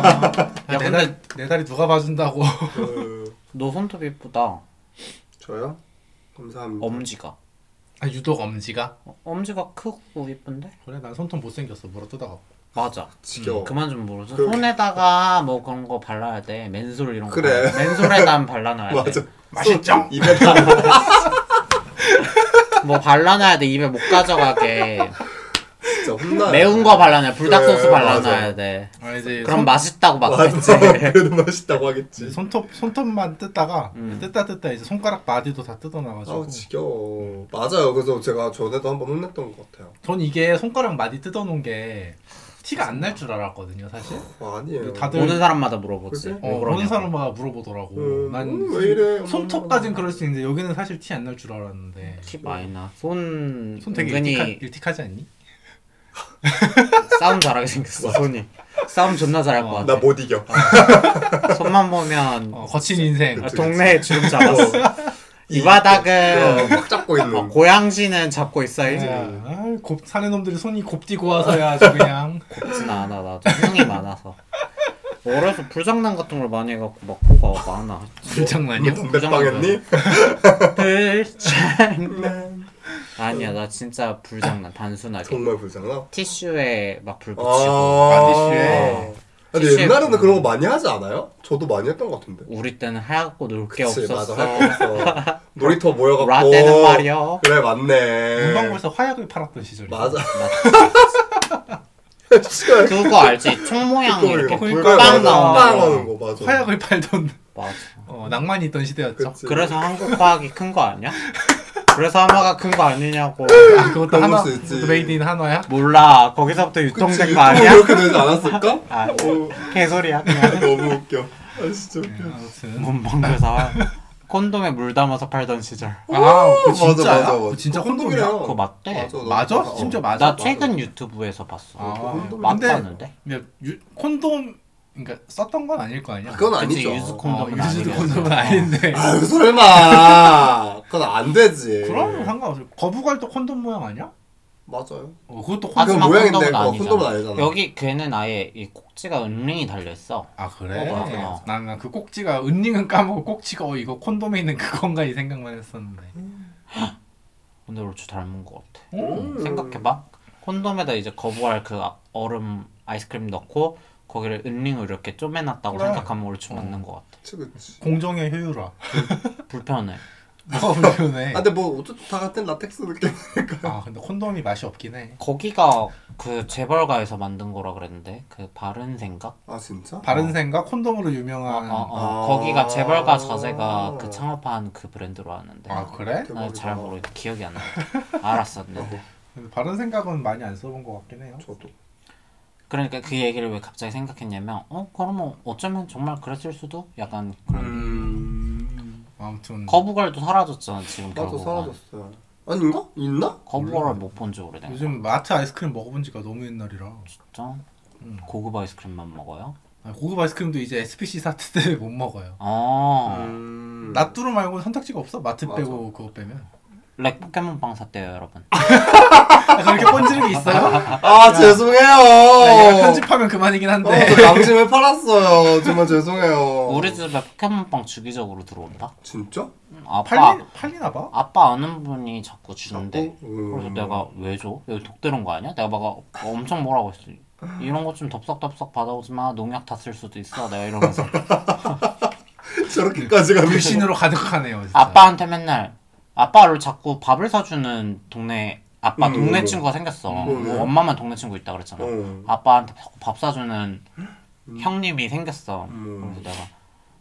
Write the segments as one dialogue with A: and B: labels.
A: 다리 내 다리 누가 봐준다고.
B: 그,
C: 너 손톱 이쁘다.
B: 저요? 감사합니다.
C: 엄지가.
A: 아, 유독 엄지가.
C: 어, 엄지가 크고 이쁜데?
A: 그래 난 손톱 못 생겼어 물어 뜯어갖고.
C: 맞아.
B: 지겨워.
C: 음, 그만 좀 물어줘.
B: 그러게.
C: 손에다가 뭐 그런 거 발라야 돼. 맨솔 이런 거.
B: 그래.
C: 맨솔에다 발라놔야
B: 맞아.
C: 돼.
A: 맛있죠?
B: 입에 다.
C: 뭐 발라놔야 돼. 입에 못 가져가게.
B: 진짜 혼나.
C: 매운 거 발라놔. 불닭소스
B: 그래,
C: 발라놔야
B: 맞아.
C: 돼.
A: 아 이제
C: 그럼
A: 손-
C: 맛있다고 막
B: 맞아.
C: 했지.
B: 그래도 맛있다고 하겠지.
A: 손톱 손톱만 뜯다가
C: 음.
A: 뜯다 뜯다 이제 손가락 마디도 다 뜯어놔가지고.
B: 아우 지겨워. 맞아요. 그래서 제가 전에도 한번 혼냈던 것 같아요.
A: 전 이게 손가락 마디 뜯어놓은 게 티가 안 날 줄 알았거든요 사실.
B: 아, 아니에요.
A: 다들-
C: 모든 사람마다
B: 그치?
C: 물어보지. 왜
A: 어,
C: 그러냐고.
A: 보는 사람마다 물어보더라고.
B: 음,
A: 난
B: 음, 왜 이래?
A: 손톱까진 그럴 수 있는데 여기는 사실 티 안 날 줄 알았는데.
C: 팁 많이 나. 손,
A: 손 되게 일틱하,
C: 은근히
A: 일틱하지 않니?
C: 싸움 잘하게 생겼어. 손이. 싸움 존나 잘할 것 같아.
B: 어. 나못 뭐- 이겨.
C: 손만 보면
A: 어, 거친 인생.
C: 아,
B: 그치,
C: 동네에 주름 잡았어. 이 바닥은
B: 막 잡고
C: 어,
B: 있는.
C: 고양시는 잡고
B: 네.
C: 있어야지.
A: 야, 아이, 곱, 사는 놈들이 손이 곱디고 와서야 아주 그냥
C: 나, 나, 나, 형이 많아서. 어려서 불장난 같은 걸 많이 해갖고 막 코가 많아.
A: 불장난이요?
B: 담배 빵했니?
C: 불장난. 아니야, 나 진짜 불장난, 단순하게.
B: 정말 불쌍하.
C: 티슈에 막 불 붙이고.
B: 아.
C: 어.
B: 근데
C: 티슈에
B: 옛날에는
C: 보면.
B: 그런 거 많이 하지 않아요? 저도 많이 했던 것 같은데.
C: 우리 때는 하얗고 놀 게
B: 그치,
C: 없었어.
B: 맞아, 할거 없어. 놀이터 모여갖고.
C: 라 때는 말이야.
B: 그래, 맞네.
A: 문방구에서 화약을 팔았던 시절이.
B: 맞아.
C: 그거 알지? 총 모양 이렇게
A: 그러니까,
C: 불빵
A: 맞아.
C: 나오는
B: 빵
C: 거.
B: 하는 거, 맞아.
A: 화약을 팔던
C: 맞아.
A: 어, 낭만이 있던 시대였죠.
B: 그치.
C: 그래서 한국 화학이 큰 거 아니야? 그래서 하마가 큰 거 아니냐고.
A: 아, 그것도
B: 그런
A: 하나
B: 걸 수도 있지.
A: 메이드 인 하나야?
C: 몰라. 거기서부터 유통된
B: 그치,
C: 거 아니야?
B: 이렇게 되지 않았을까?
C: 아,
B: 오,
C: 개소리야 그냥.
B: 너무 웃겨. 아, 진짜 웃겨.
A: 네, 아무튼.
C: 뭐, 문방구에서 콘돔에 물 담아서 팔던 시절.
A: 아, 그거
B: 맞아,
A: 진짜야?
B: 맞아, 맞아.
A: 그거 진짜
B: 그거
A: 콘돔이야?
B: 콘돔이래요.
C: 그거 맞대.
B: 너무
A: 맞아?
B: 맞아.
A: 심지어
B: 어.
A: 맞아?
C: 나 최근 유튜브에서 봤어.
A: 아,
C: 맞
A: 근데-
C: 봤는데
A: 근데 네, 유, 콘돔 그러니까 썼던 건 아닐 거 아니야?
B: 그건
C: 그치,
B: 아니죠.
C: 유수
A: 어,
C: 콘돔은
A: 유즈드
C: 아니겠어.
A: 콘돔은
C: 어.
A: 아닌데.
B: 아유 설마. 그건 안 되지.
A: 그럼 상관없어. 거북알도 콘돔 모양 아니야?
B: 맞아요.
A: 어, 그것도 콘돔.
B: 아,
C: 하지만
B: 모양인데
C: 콘돔은
B: 그거
C: 아니잖아.
B: 콘돔은 아니잖아.
C: 여기 걔는 아예 이 꼭지가 은링이 달려 있어.
A: 아 그래?
C: 어, 맞아.
A: 난그 꼭지가 은닝은 까먹고 꼭지가 어 이거 콘돔에 있는 그건가 이 생각만 했었는데. 어?
C: 근데 로추 닮은 것 같아.
A: 오.
B: 음.
C: 음, 생각해봐. 콘돔에다 이제 거부할 그 얼음 아이스크림 넣고 거기를 은링으로 이렇게 쪼매놨다고
A: 그래.
C: 생각하면 옳지 맞는 것 같아.
B: 그치 그치.
A: 공정의 효율화.
C: 불편해.
A: 뭐가 불편해.
B: 아 근데 뭐 어쨌든 다 같은 라텍스 느낌.
A: 아 근데 콘돔이 맛이 없긴 해.
C: 거기가 그 재벌가에서 만든 거라 그랬는데 그 바른 생각?
B: 아 진짜?
A: 바른 생각 콘돔으로
C: 어,
A: 유명한.
C: 어, 어.
B: 아.
C: 거기가 재벌가 자재가 그 창업한 그 브랜드로 하는데
A: 아 그래?
C: 나 잘 모르 기억이 안 나. 알았었는데.
A: 근데 바른 생각은 많이 안 써본 것 같긴 해요.
B: 저도.
C: 그러니까 그 얘기를 왜 갑자기 생각했냐면 어 그러면 어쩌면 정말 그랬을 수도 약간 그런
B: 음.
A: 아무튼
C: 거북알도 사라졌잖아 지금
B: 나도
C: 결국은.
B: 사라졌어요. 아닌가? 있나?
C: 거북알을 못 본 지 오래된 거
A: 요즘 마트 아이스크림 먹어본 지가 너무 옛날이라.
C: 진짜?
A: 음.
C: 고급 아이스크림만 먹어요?
A: 아, 고급 아이스크림도 이제 SPC 사태 때문에 못 먹어요.
C: 아
B: 음.
A: 나뚜루 말고는 선택지가 없어. 마트
B: 맞아.
A: 빼고 그거 빼면.
C: 렉 포켓몬빵 샀대요 여러분
B: 어.
A: 아, 그렇게 번지는 게 있어요?
B: 아
A: 어...
B: 죄송해요.
A: 편집하면 그만이긴
B: 어,
A: 한데.
B: 저 양심을 팔았어요. 정말 죄송해요.
C: 우리 집에 포켓몬빵 주기적으로 들어온다?
B: 진짜?
C: 음, 아빠
A: 팔리, 팔리나 봐?
C: 아빠 아는 분이 자꾸 주는데
B: 자꾸? 음.
C: 그래서 내가 왜 줘? 여기 독대는 거 아니야? 내가 막 어, 엄청 뭐라고 했어 이런 거 좀 덥석덥석 받아오지 마 농약 다 쓸 수도 있어 내가 이러면서
B: 저렇게까지
C: 그
B: 가면
A: 불신으로 가득하네요. 진짜.
C: 아빠한테 맨날 아빠를 자꾸 밥을 사주는 동네 아빠
B: 음,
C: 동네
B: 음.
C: 친구가 생겼어 뭐
B: 음, 음.
C: 엄마만 동네 친구 있다 그랬잖아
B: 음.
C: 아빠한테 자꾸 밥 사주는 형님이 생겼어
B: 음.
C: 그래서 내가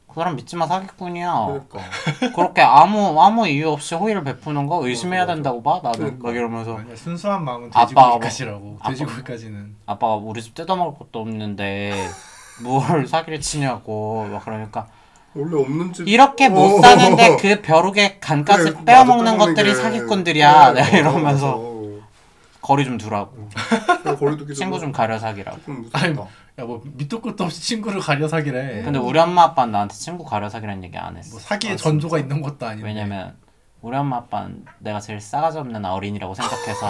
C: 그 사람 믿지마 사기꾼이야
B: 그러니까.
C: 그렇게 아무 아무 이유 없이 호의를 베푸는 거 의심해야
B: 맞아.
C: 된다고 봐 나는
B: 그러니까.
C: 막 이러면서
A: 아니야, 순수한 마음은
C: 아빠,
A: 돼지고기까지라고.
C: 아빠.
A: 돼지고기까지는.
C: 아빠가 우리 집 뜯어먹을 것도 없는데 뭘 사기를 치냐고 막 그러니까
B: 원래 없는 집
C: 이렇게 못
B: 어.
C: 사는데 그 벼룩의 간까지
B: 그래, 맞아,
C: 빼어먹는 것들이
B: 게. 네,
C: 사기꾼들이야
B: 그래,
C: 내가 이러면서
B: 맞아,
C: 거리 좀 두라고
B: 맞아. 거리 두기
C: 친구 좀 가려 사기라고
B: 조금 무섭다.
A: 아니 야 뭐 밑도 끝도 없이 친구를 가려 사기래.
C: 근데 우리 엄마 아빠는 나한테 친구 가려 사기라는 얘기 안 했어
A: 뭐 사기의 전조가 있는 것도 아닌데.
C: 왜냐면 우리 엄마 아빠는 내가 제일 싸가지 없는 어린이라고 생각해서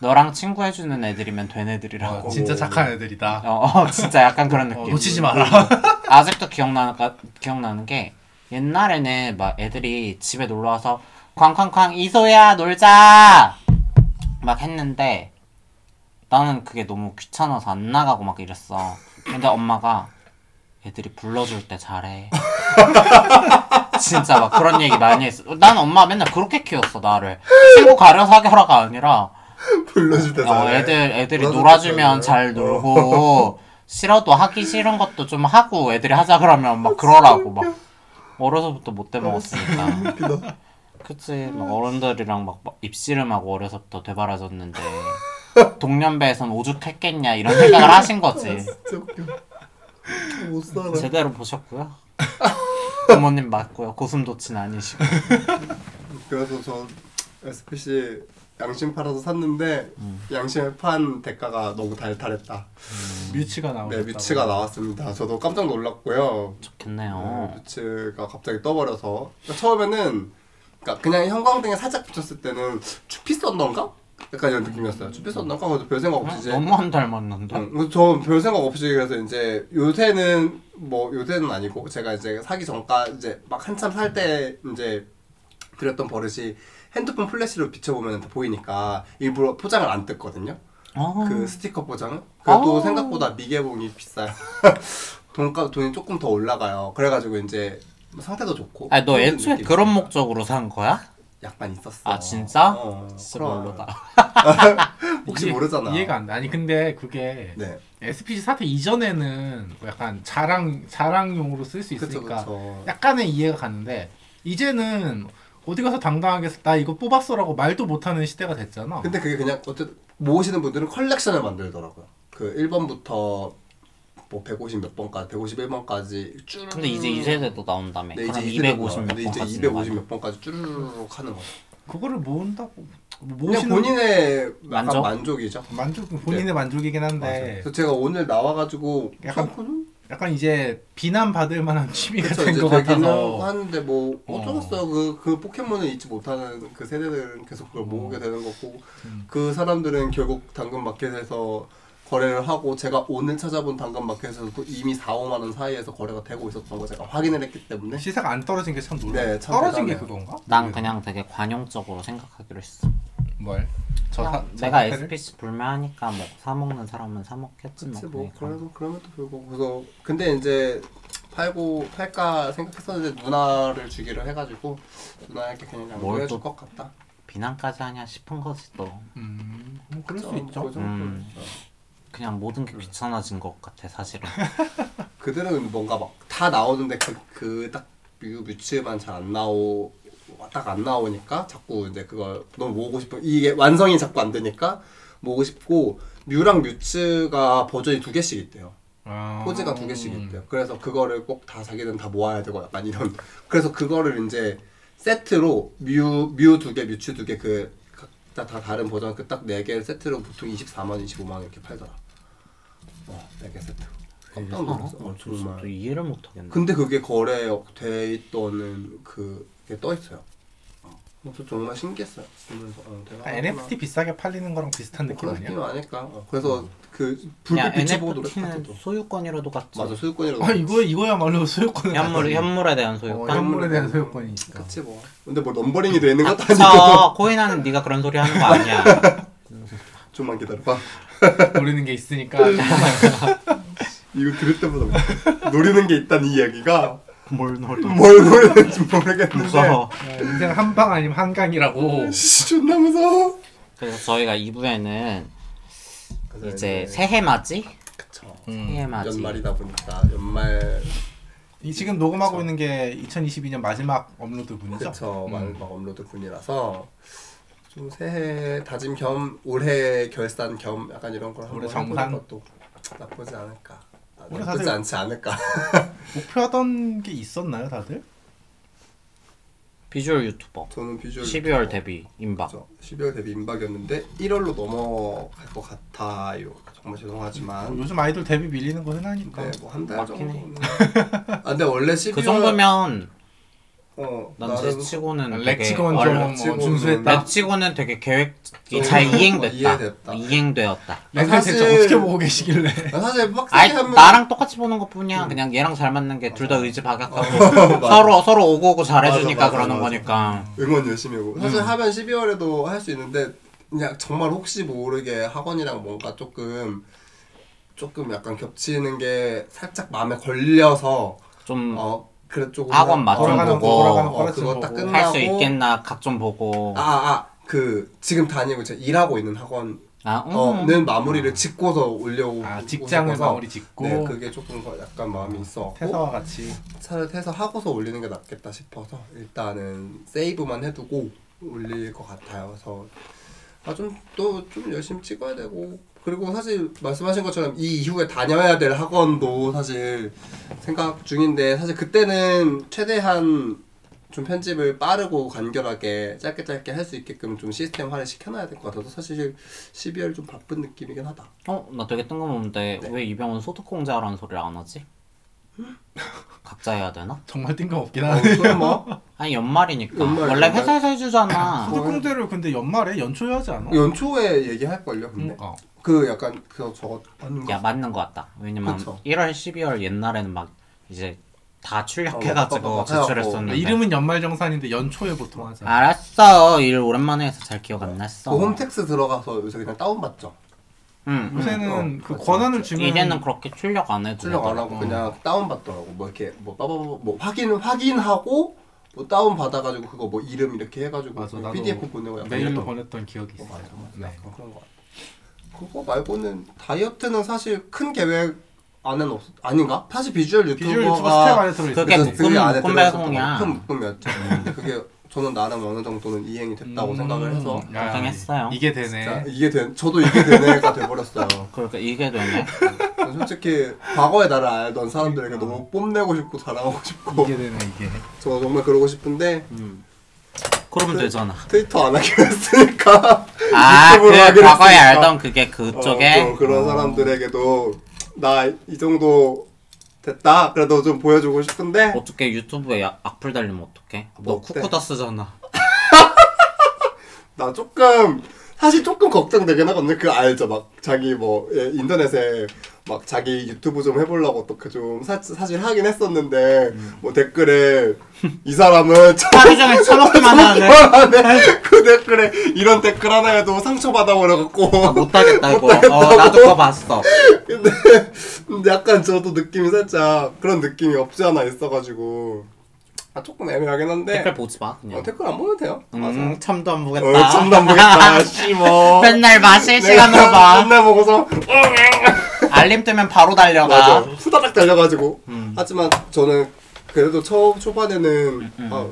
C: 너랑 친구 해주는 애들이면 된
A: 어,
C: 애들이라고
A: 진짜 착한 애들이다.
C: 어, 어, 진짜 약간 그런
A: 어,
C: 느낌
A: 놓치지 마라.
C: 아직도 기억나는 거- 기억나는 게 옛날에는 막 애들이 집에 놀러 와서 쾅쾅쾅 이소야 놀자 막 했는데 나는 그게 너무 귀찮아서 안 나가고 막 이랬어. 근데 엄마가 애들이 불러줄 때 잘해. 진짜 막 그런 얘기 많이 했어. 난 엄마 맨날 그렇게 키웠어 나를. 친구 가려 사겨라가 아니라
B: 불러줄 때
C: 어,
B: 잘해.
C: 애들 애들이
B: 놀아줄
C: 놀아주면
B: 때 잘해.
C: 잘 놀고 싫어도 하기 싫은 것도 좀 하고 애들이 하자 그러면 막 그러라고 막 어려서부터 못돼 먹었으니까
B: 웃기다.
C: 그치 막 어른들이랑 막 입씨름하고 어려서부터 되바라졌는데 동년배에선 오죽했겠냐 이런 생각을 하신 거지
B: 진짜 웃겨. 못 살아.
C: 제대로 보셨고요 부모님 맞고요 고슴도친 아니시고
B: 그래서 저 SPC 양심 팔아서 샀는데
C: 음.
B: 양심에 판 대가가 너무 달달했다.
A: 뮤츠가
C: 아,
A: 나오고.
B: 네, 뮤츠가 나왔습니다. 저도 깜짝 놀랐고요. 네,
C: 좋겠네요
B: 뮤츠가 갑자기 떠버려서 그러니까 처음에는 그러니까 그냥 형광등에 살짝 붙였을 때는 추피 썬던가? 약간 이런 느낌이었어요. 추피 썬던가? 그래서 별 생각 네. 없이 이제 음,
C: 너무 안 닮았는데
B: 아, 뭐 저별 생각 없이 그래서 이제 요새는 뭐 요새는 아니고 제가 이제 사기 전까 이제 막 한참 살 때 이제 드렸던 버릇이 핸드폰 플래시로 비춰보면 다 보이니까 일부러 포장을 안 뜯거든요.
C: 어.
B: 그 스티커 포장은. 그래도
C: 아.
B: 생각보다 미개봉이 비싸요. 돈가 돈이 조금 더 올라가요. 그래가지고 이제 상태도 좋고.
C: 아니 너
B: 그런
C: 애초에
B: 느낌이
C: 그런
B: 있어요.
C: 목적으로 산 거야?
B: 약간 있었어.
C: 아 진짜?
B: 어,
C: 진짜
B: 그럼.
C: 별로다.
B: 혹시 모르잖아.
A: 이해가 안 돼. 아니 근데 그게
B: 네.
A: SPG 사태 이전에는 뭐 약간 자랑 자랑용으로 쓸 수
B: 그쵸
A: 있으니까
B: 그쵸.
A: 약간의 이해가 가는데 이제는 어디 가서 당당하게 나 이거 뽑았어라고 말도 못하는 시대가 됐잖아.
B: 근데 그게 그냥 어쨌든 모으시는 분들은 컬렉션을 만들더라고요. 그 1번부터 뭐 150 몇 번까지 151번까지 쭈르르
C: 근데 이제 2세대도 나온다며.
B: 음. 네,
C: 그럼
B: 이제
C: 250
B: 근데
C: 몇
B: 이제
C: 번까지
B: 250 몇 번까지 쭈르륵 하는 거죠.
A: 그거를 모은다고 뭐
B: 그냥
A: 모으시는
B: 본인의
C: 만족?
B: 약간 만족이죠.
A: 만족 본인의 만족이긴 한데
B: 그래서 제가 오늘 나와가지고
A: 네. 약간
B: 약간
A: 약간 이제 비난 받을 만한 취미가
B: 그쵸
A: 된
B: 이제
A: 것
B: 되기는
A: 같아서
B: 하고 하는데 뭐
A: 어.
B: 어쩌겠어요 그, 그 포켓몬을 잊지 못하는 그 세대들은 계속 그걸 모으게 되는 거고
A: 음.
B: 그 사람들은 결국 당근마켓에서 거래를 하고 제가 오늘 찾아본 당근마켓에서도 이미 4, 5만 원 사이에서 거래가 되고 있었던 거 제가 확인을 했기 때문에
A: 시세가 안 떨어진 게 참 놀라.
B: 네, 참
A: 떨어진 게
B: 대단해요.
A: 그건가?
B: 네.
C: 난 그냥 되게 관용적으로 생각하기로 했어.
A: 뭘? 저
C: 그냥
A: 사, 저
C: 내가
A: 사태를?
C: SPC 불매하니까 뭐 사먹는 사람은 사먹겠지
A: 음.
C: 뭐.
B: 그치 뭐
C: 그러니까.
B: 그러면 그러면 또 별거 그래서 근데 이제 팔고 팔까 생각했었는데 누나를 주기로 해가지고 누나에게 그냥
C: 뭘
B: 양보해줄
C: 또-
B: 것 같다
C: 비난까지 하냐 싶은 거지 또.
A: 음, 뭐 그럴 수
B: 그쵸,
A: 있죠.
B: 그 정도는.
C: 음.
B: 어.
C: 그냥 모든
B: 네.
C: 게 귀찮아진 것 같아 사실은.
B: 그들은 뭔가 막 다 나오는데 그그딱 뮤츠만 잘 안 나오 딱 안 나오니까 자꾸 이제 그걸 너무 모으고 싶어 이게 완성이 자꾸 안 되니까 모으고 싶고 뮤랑 뮤츠가 버전이 두 개씩 있대요
A: 아.
B: 포즈가 두 개씩 있대요 그래서 그거를 꼭 다 자기는 다 모아야 되고 약간 이런 그래서 그거를 이제 세트로 뮤 뮤 두개 뮤츠 두 개 그 각자 다 다른 버전 그 딱 네 개 세트로 보통 24만 원 25만 원 이렇게 팔더라 어네개 세트
A: 아,
B: 깜짝 놀랐어 어, 정말
C: 또 이해를 못하겠네.
B: 근데 그게 거래돼 있던 그게 떠 있어요. 그래서 정말 신기했어요. 보면서 어,
A: 그러니까 NFT 비싸게 팔리는 거랑 비슷한 느낌
B: 그런
A: 아니야?
B: 느낌 아닐까. 어, 그래서 그
C: 야
B: 불빛 빛이 보고 노래
C: NFT는
B: 파트도
C: 소유권이라도 갖지.
B: 맞아 소유권이라고.
A: 아 이거 이거야말로 소유권.
C: 현물 현물에 대한
A: 어,
C: 소유권.
A: 현물에 대한 소유권이니까.
B: 그치 뭐. 근데 뭐 넘버링이 돼 있는 것도 아니고.
C: 저 코인하는 네가 그런 소리 하는 거 아니야.
B: 좀만 기다려봐.
A: 노리는 게
B: 어.
A: 있으니까.
B: 이거 들을 때마다 웃겨. 노리는 게 있다는 이야기가
C: 뭘 노래?
B: 뭘 노리는지 모르겠는데.
C: 무서워.
A: 어, 인생 한 방 아니면 한강이라고.
B: 씨 존나 무서워.
C: 그래서 저희가 2부에는
B: 그래서
C: 네, 이제 새해 맞이?
B: 그쵸.
A: 음.
C: 새해 맞이.
B: 연말이다 보니까 연말
A: 이 지금 녹음하고 있는 게 2022년 마지막 업로드분이죠? 뭐,
B: 그렇죠. 막 업로드 분이라서 좀 새해 다짐 겸 올해 결산 겸 약간 이런 걸 한번 해보는
A: 올해 정산?
B: 것도 나쁘지 않을까. 아,
A: 올해
B: 나쁘지
A: 다들-
B: 않지 않을까.
A: 목표하던 게 있었나요, 다들?
C: 비주얼 유튜버.
B: 저는 비주얼
C: 12월 데뷔 임박.
B: 그렇죠. 12월 데뷔 임박이었는데 1월로 넘어갈 것 같아요. 정말 죄송하지만
A: 뭐 요즘 아이돌 데뷔 밀리는 거 흔하니까.
B: 네, 뭐한 달
C: 맞긴 음, 그러니까 해.
B: 정도는. 아, 근데 원래 12월
C: 그 정도면
B: 어,
C: 그 난
B: 나름
C: 쟤치고는
A: 렉치곤
B: 어,
A: 좀
B: 렉치곤
A: 어, 준수했다.
C: 렉치고는 되게
B: 좀
C: 계획이 잘 이행됐다.
B: 이해됐다.
C: 이행되었다.
A: 렉 대체
B: 사실-
A: 어떻게 보고 계시길래?
B: 아, 사실 빡세게
C: 아니
B: 하면
C: 나랑 똑같이 보는 것뿐이야. 그냥 얘랑 잘 맞는 게 둘 다 의지 박약하고
B: 어. 맞아.
C: 서로 서로 오고 오고 잘해주니까
B: 맞아, 맞아,
C: 그러는
B: 맞아.
C: 거니까.
B: 응원 열심히 하고 사실
C: 음.
B: 하면 12월에도 할 수 있는데 그냥 정말 혹시 모르게 학원이랑 뭔가 조금 조금 약간 겹치는 게 살짝 마음에 걸려서
C: 좀 할 수
B: 어 그래 조금
C: 음. 학원 맞춤
A: 돌아가는 거
C: 보고.
A: 돌아가는 거
B: 어,
A: 같은
B: 그거 딱
A: 거고.
B: 끝- 끝나고-
C: 있겠나 각 좀 보고.
B: 아, 아아그 지금 다니고 제 일하고 있는 학원은
C: 아, 음.
B: 어, 네, 마무리를 짓고서 올려오고
A: 아 직장을
B: 싶어서
A: 마무리 짓고
B: 네 그게 조금 거- 약간 마음이 있어
A: 퇴사와 같이
B: 차를 태서 하고서 올리는 게 낫겠다 싶어서 일단은 세이브만 해두고 올릴 것 같아요. 그래서 아 좀 또 좀 열심히 찍어야 되고 그리고 사실 말씀하신 것처럼 이 이후에 다녀야 될 학원도 사실 생각 중인데 사실 그때는 최대한 좀 편집을 빠르고 간결하게 짧게 짧게 할 수 있게끔 좀 시스템화를 시켜놔야 될 것 같아서 사실 12월 좀 바쁜 느낌이긴 하다.
C: 어, 나 되게 뜬금없는데
B: 네.
C: 왜 이병헌 소득공자라는 소리를 안 하지? 각자 해야 되나?
A: 정말 뜬금없긴
B: 어,
A: 하네.
B: 그럼 뭐
C: 아니 연말이니까
B: 연말,
C: 원래
B: 연말.
C: 회사에서 해주잖아.
A: 소득공제를 근데 연말에 연초에 하지 않아?
B: 연초에 얘기할 걸요. 근데
A: 그러니까
B: 그 약간 그저 아닌 것
C: 야 맞는 것 같다. 왜냐면
B: 그쵸.
C: 1월, 12월 옛날에는 막 이제 다
B: 어,
C: 출력해가지고
B: 맞다, 맞다.
C: 제출했었는데 네.
A: 이름은 연말 정산인데 연초에 보통 하자.
C: 아, 알았어. 일 오랜만에 해서 잘 기억 안
B: 그
C: 났어.
B: 홈택스 들어가서 요새 그냥 다운받죠.
C: 응. 응.
A: 요새는
B: 어,
A: 그
B: 맞아,
A: 권한을
B: 맞아.
A: 주면
C: 이제는 그렇게 출력 안 해도
B: 출력 안
C: 되더라고.
B: 하고
A: 음.
B: 그냥 다운받더라고. 뭐 이렇게 뭐 빠바바 뭐 확인 확인하고 뭐 다운 받아가지고 그거 뭐 이름 이렇게 해가지고 뭐
A: 맞아, 나도
B: PDF 보내고 약간
A: 메일로
B: 이랬던 거.
A: 보냈던 기억이 있어.
B: 어, 맞아 맞아.
A: 네.
B: 약간 그런 거 같아. 그거 말고는 다이어트는 사실 큰 계획 안은 없 아닌가? 사실 비주얼
A: 비주얼 유튜버
B: 유튜버가
A: 스텝 안에 들어 있어.
C: 그게
B: 아, 그래서
C: 묶음,
B: 그 안에
C: 묶음
B: 들어갔었던
C: 배송이야.
B: 거, 큰 묶음이었죠. 근데 그게 저는 나름 어느 정도는 이행이 됐다고 생각을 해서
C: 고생했어요.
A: 이게
B: 자,
A: 음. 되네.
B: 이게 된 저도 이게 되네가 돼버렸어요.
C: 그러니까 이게 되네.
B: 전 아, 솔직히 과거의 나를 알던 사람들에게 너무 뽐내고 싶고 자랑하고 싶고
A: 이게 되네 이게.
B: 저 정말 그러고 싶은데
C: 음. 그러면
B: 그-
C: 되잖아.
B: 트위터 안 하기로 했으니까
C: 아, 그
B: 유튜브로 하기로
C: 과거에
B: 했으니까.
C: 알던 그게 그쪽에
B: 어, 좀 그런
C: 어.
B: 사람들에게도 나 이 정도 됐다 그래도 좀 보여주고 싶은데
C: 어떻게 유튜브에 야- 악플 달리면 어떡해? 너
B: 어때?
C: 쿠쿠다 쓰잖아.
B: 나 조금 사실 조금 걱정되긴 하거든요. 그 알죠, 막 자기 뭐 예, 인터넷에 막 자기 유튜브 좀 해보려고 어떻게 좀 사, 사실 하긴 했었는데
C: 음.
B: 뭐 댓글에 이 사람은
C: 하루 종일 처먹기만 하네.
B: 하네. 그 댓글에 이런 댓글 하나에도 상처
C: 아,
B: 받아버려갖고
C: 못하겠다 이거. 어,
B: 못하겠다고.
C: 나도 그거 봤어.
B: 근데 약간 저도 느낌이 살짝 그런 느낌이 없지 않아 있어가지고 아 조금 애매하긴 한데
C: 댓글 보지 마 그냥.
B: 어, 댓글 안 보면 돼요. 맞아.
C: 음, 참도 안 보겠다.
B: 어, 좀더 보겠다. 네. 씨 뭐.
C: 맨날 봐 실시간으로 봐.
B: 맨날 보고서
C: 알림 뜨면 바로 달려가.
B: 맞아 후다닥 달려가지고
C: 음.
B: 하지만 저는 그래도 초 초반에는
C: 음.
B: 아,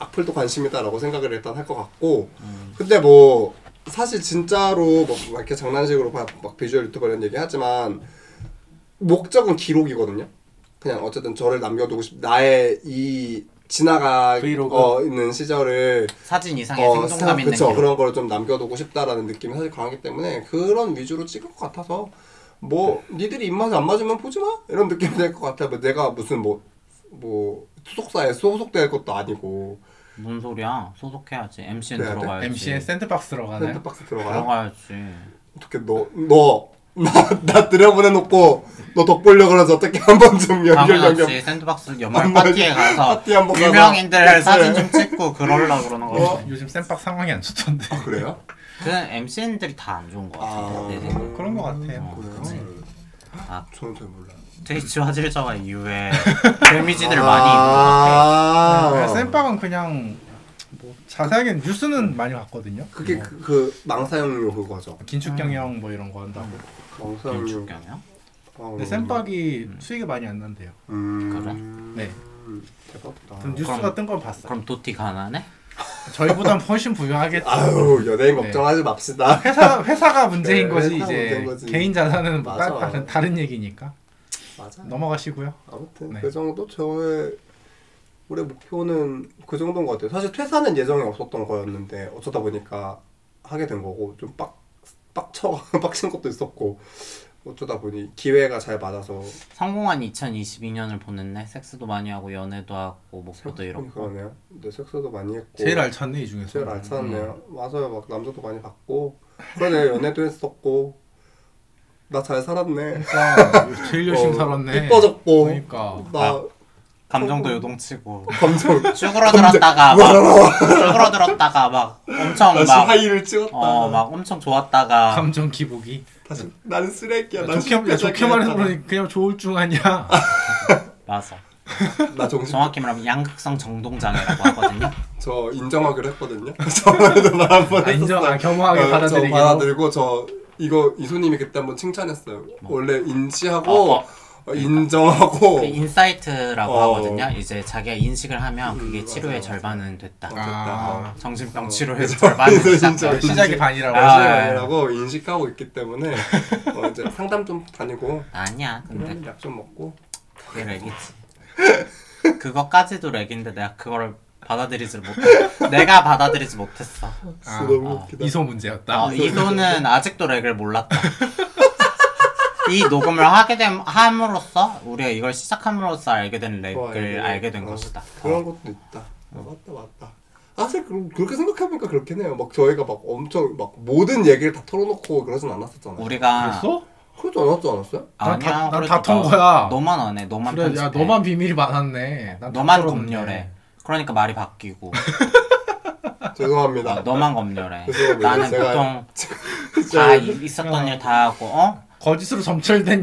B: 악플도 관심이다라고 생각을 일단 할 것 같고 근데 뭐 사실 진짜로 뭐 이렇게 장난식으로 막, 막 비주얼 유튜버 이런 얘기 하지만 목적은 기록이거든요 그냥 어쨌든 저를 남겨두고 싶 나의 이 지나가
A: 브이로그?
B: 어, 있는 시절을
C: 사진 이상의 생동감
B: 어,
C: 있는
B: 그쵸,
C: 기록.
B: 그런 거를 좀 남겨두고 싶다라는 느낌이 사실 강하기 때문에 그런 위주로 찍을 것 같아서 뭐
C: 네.
B: 니들이 입맛에 안 맞으면 보지 마 이런 느낌이 될 것 같아요. 뭐 내가 무슨 뭐 뭐 소속사에 소속될 것도 아니고
C: 뭔 소리야? 소속해야지. MC는
B: 그래야 돼?
C: 들어가야지.
A: MC의 샌드박스로
C: 아,
A: 가네.
B: 샌드박스 들어가라.
C: 들어가야지.
B: 어떻게 너너나 들여보내놓고 너 덕보려 그러지 어떻게 한 번쯤 연결 연결
C: 당연하지. 샌드박스 연말
B: 연말
C: 파티에 가서
B: 파티 한번 가서 네,
C: 유명인들
B: 그치.
C: 사진 좀 찍고 그러려고 그러는 거지.
A: 어? 요즘 샌박 상황이 안 좋던데.
B: 아, 그래요?
C: 그 MCN들이 다 안 좋은 거
B: 아.
C: 같은데. 내 생각에.
A: 그런 것 같아요.
B: 음, 그래요?
C: 네, 아.
B: 저는 잘 몰라요.
C: 트위치 화질자와 이후에 데미지들 많이 입는 것 같아.
B: 아,
A: 네, 샌박은 그냥 뭐 자세하게 뉴스는 많이 봤거든요.
B: 그게
A: 뭐
B: 그, 그 망사형용 그거죠.
A: 긴축 경영 뭐 이런 거 한다고.
B: 음. 망사형용.
C: 김축경이요?
A: 근데 샌박이 수익이 많이 안 난대요.
B: 음...
A: 그래? 네.
B: 대박이다.
A: 전 뉴스가
C: 그럼-
A: 뜬 건 봤어.
C: 그럼 도티 가난해?
A: 저희보단 훨씬 부유하겠죠.
B: 아유 연예인
A: 네.
B: 걱정하지 맙시다.
A: 회사 회사가 문제인
B: 네,
A: 거지
B: 회사가 문제인
A: 이제
B: 거지.
A: 개인 자산은 뭐
B: 맞아.
A: 따- 다른 다른 얘기니까
B: 맞아.
A: 넘어가시고요.
B: 아무튼
A: 네.
B: 그 정도 저의 올해 목표는 그 정도인 것 같아요. 사실 퇴사는 예정이 없었던 거였는데 어쩌다 보니까 하게 된 거고 좀 빡 빡쳐 빡친 것도 있었고 어쩌다 보니 기회가 잘 맞아서
C: 성공한 2022년을 보냈네. 섹스도 많이 하고 연애도 하고 목표도
B: 생각해보니
C: 이렇고.
B: 그러네요. 근데 섹스도 많이 했고
A: 제일 알찼네 이 중에서.
B: 제일
C: 음.
B: 알찼네요. 맞아요. 막 남자도 많이 봤고 그러네 연애도 했었고 나 잘 살았네.
A: 그러니까 제일 열심히
B: 어,
A: 살았네.
B: 이뻐졌고
A: 그러니까.
C: 아.
B: 나
C: 감정도 요동치고
B: 감정
C: 쭈그러들었다가 막 쭈그러들었다가 막 엄청
B: 다시 하이를 찍었다.
C: 막어막 엄청 좋았다가
A: 감정 기복이.
B: 다시 나는 쓰레기야.
A: 야,
B: 난
A: 좋게 야, 좋게 말해서 그러니까. 그러니 그냥 좋을 중 아니야.
C: 맞아.
B: 나 정신
C: 정확히 말하면 양극성 정동장애라고 하거든요.
B: 저 인정하기로 했거든요. 저번에도 말 한번
A: 아, 인정, 아,
B: 했었어요.
A: 겸허하게
B: 어, 저
A: 받아들이기로.
B: 받아들이고 저 이거 이소님이 그때 한번 칭찬했어요. 원래 인지하고
C: 뭐. 어, 어.
B: 어, 인정하고
C: 그 인사이트라고
B: 어.
C: 하거든요. 이제 자기가 인식을 하면 그게
B: 음,
C: 치료의
B: 맞아요.
C: 절반은 됐다.
A: 아,
C: 정신병 치료의 절반은
B: 진짜.
C: 네, 시작됐다.
A: 시작이 반이라고.
C: 아.
A: 예.
B: 인지라고 인식하고 있기 때문에 어, 이제 상담 좀 다니고
C: 아니야. 근데
A: 네.
B: 약 좀 먹고
C: 그게 렉이지. 그거까지도 렉인데 내가 그거를 받아들이지 못해. 내가 받아들이지 못했어.
A: 아,
B: 너무
C: 아.
B: 웃기다.
A: 이소 문제였다.
C: 어, 이소는 아직도 렉을 몰랐다. 이 녹음을 하게 됨 함으로써 우리가 이걸 시작함으로써 알게 된
A: 네,
C: 렉을
B: 어, 알게-
C: 알게 된
B: 어,
C: 것이다.
B: 그런 것도 있다.
A: 어.
B: 아, 맞다 맞다. 사실 그, 그렇게 생각해보니까 그렇긴 해요. 막 저희가 막 엄청 막 모든 얘기를 다 털어놓고 그러진 않았었잖아요.
C: 우리가
A: 그랬어?
B: 그러지 않았지 않았어요?
A: 난
C: 아니야,
A: 다- 난
C: 그래도
A: 다턴
C: 너-
A: 거야.
C: 너만 안 해. 너만
A: 그래, 야
C: 편집해.
A: 너만 비밀이 많았네. 난다
C: 너만
A: 털었네.
C: 검열해. 그러니까 말이 바뀌고 어,
A: 아,
B: 죄송합니다.
C: 너만 검열해.
B: 죄송합니다.
C: 나는
B: 제가-
C: 보통
B: 진짜
C: 다 이- 있었던 일 다 하고 어
A: 거짓으로 점철된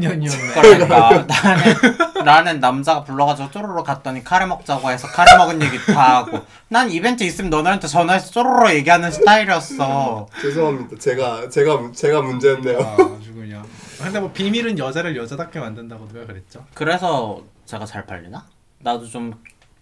A: 년이었네.
C: 그러니까 나는 나는 남자가 불러가지고 쪼르르 갔더니 카레 먹자고 해서 카레 먹은 얘기 다 하고 난 이벤트 있으면 너네한테 전화해서 쪼르르 얘기하는 스타일이었어.
B: 죄송합니다. 제가 제가 제가 문제였네요.
A: 아, 아주 그냥. 근데 뭐 비밀은 여자를 여자답게 만든다고 누가 그랬죠?
C: 그래서 제가 잘 팔리나? 나도 좀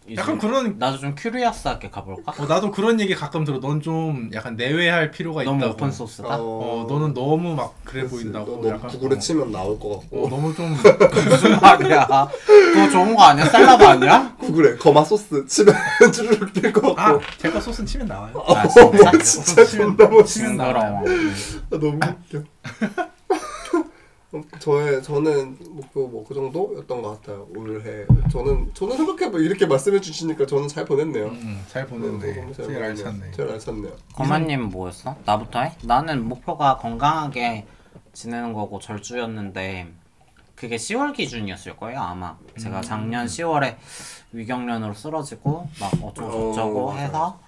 C: 이제-
A: 약간 그런-
C: 나도 좀 큐리어스하게 가볼까?
A: 어, 나도 그런 얘기 가끔 들어. 넌 좀 약간 내외할 필요가
C: 너무
A: 있다고.
C: 오픈 소스다.
A: 어, 너는 너무 막 그래 보인다고.
B: 너
A: 약간
B: 구글에
A: 어,
B: 치면 나올 것 같고
A: 어, 너무 좀
C: 무슨 말이야? 그거 좋은 거 아니야? 셀럽 아니야?
B: 구글에 거마 소스 치면 쭈르륵 뜰것 같고
A: 아, 제가 소스 는 치면 나와요.
C: 아 진짜
B: 진짜 존나 멋있어.
A: 치면 나와요.
C: 징그러워.
B: 아, 너무 웃겨. 어, 저의 저는 뭐그 뭐 그 정도였던 것 같아요 올해 저는 저는 생각해봐 뭐 이렇게 말씀해 주시니까 저는 잘 보냈네요.
A: 음, 잘
B: 어,
A: 보는데.
B: 잘
A: 제일
B: 보냈네요.
A: 알찼네.
B: 제일 알찼네요.
C: 거마님 뭐였어? 나부터 해? 나는 목표가 건강하게 지내는 거고 절주였는데 그게 10월 기준이었을 거예요 아마
B: 음.
C: 제가 작년 10월에 위경련으로 쓰러지고 막 어쩌고 저쩌고
B: 어, 맞아요.
C: 해서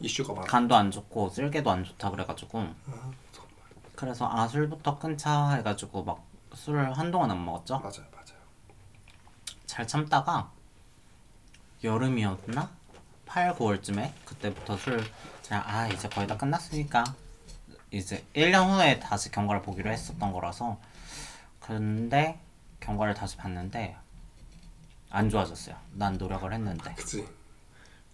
B: 이슈가 많아.
C: 간도 안 좋고 쓸개도 안 좋다 그래가지고
A: 아.
C: 그래서 아 술부터 끊자 해가지고 막 술을 한동안 안 먹었죠
B: 맞아요, 맞아요.
C: 잘 참다가 여름이었나? 8, 9월쯤에 그때부터 술 그냥 아 이제 거의 다 끝났으니까 이제 1년 후에 다시 경과를 보기로 했었던 거라서 근데 경과를 다시 봤는데 안 좋아졌어요 난 노력을 했는데
B: 그치.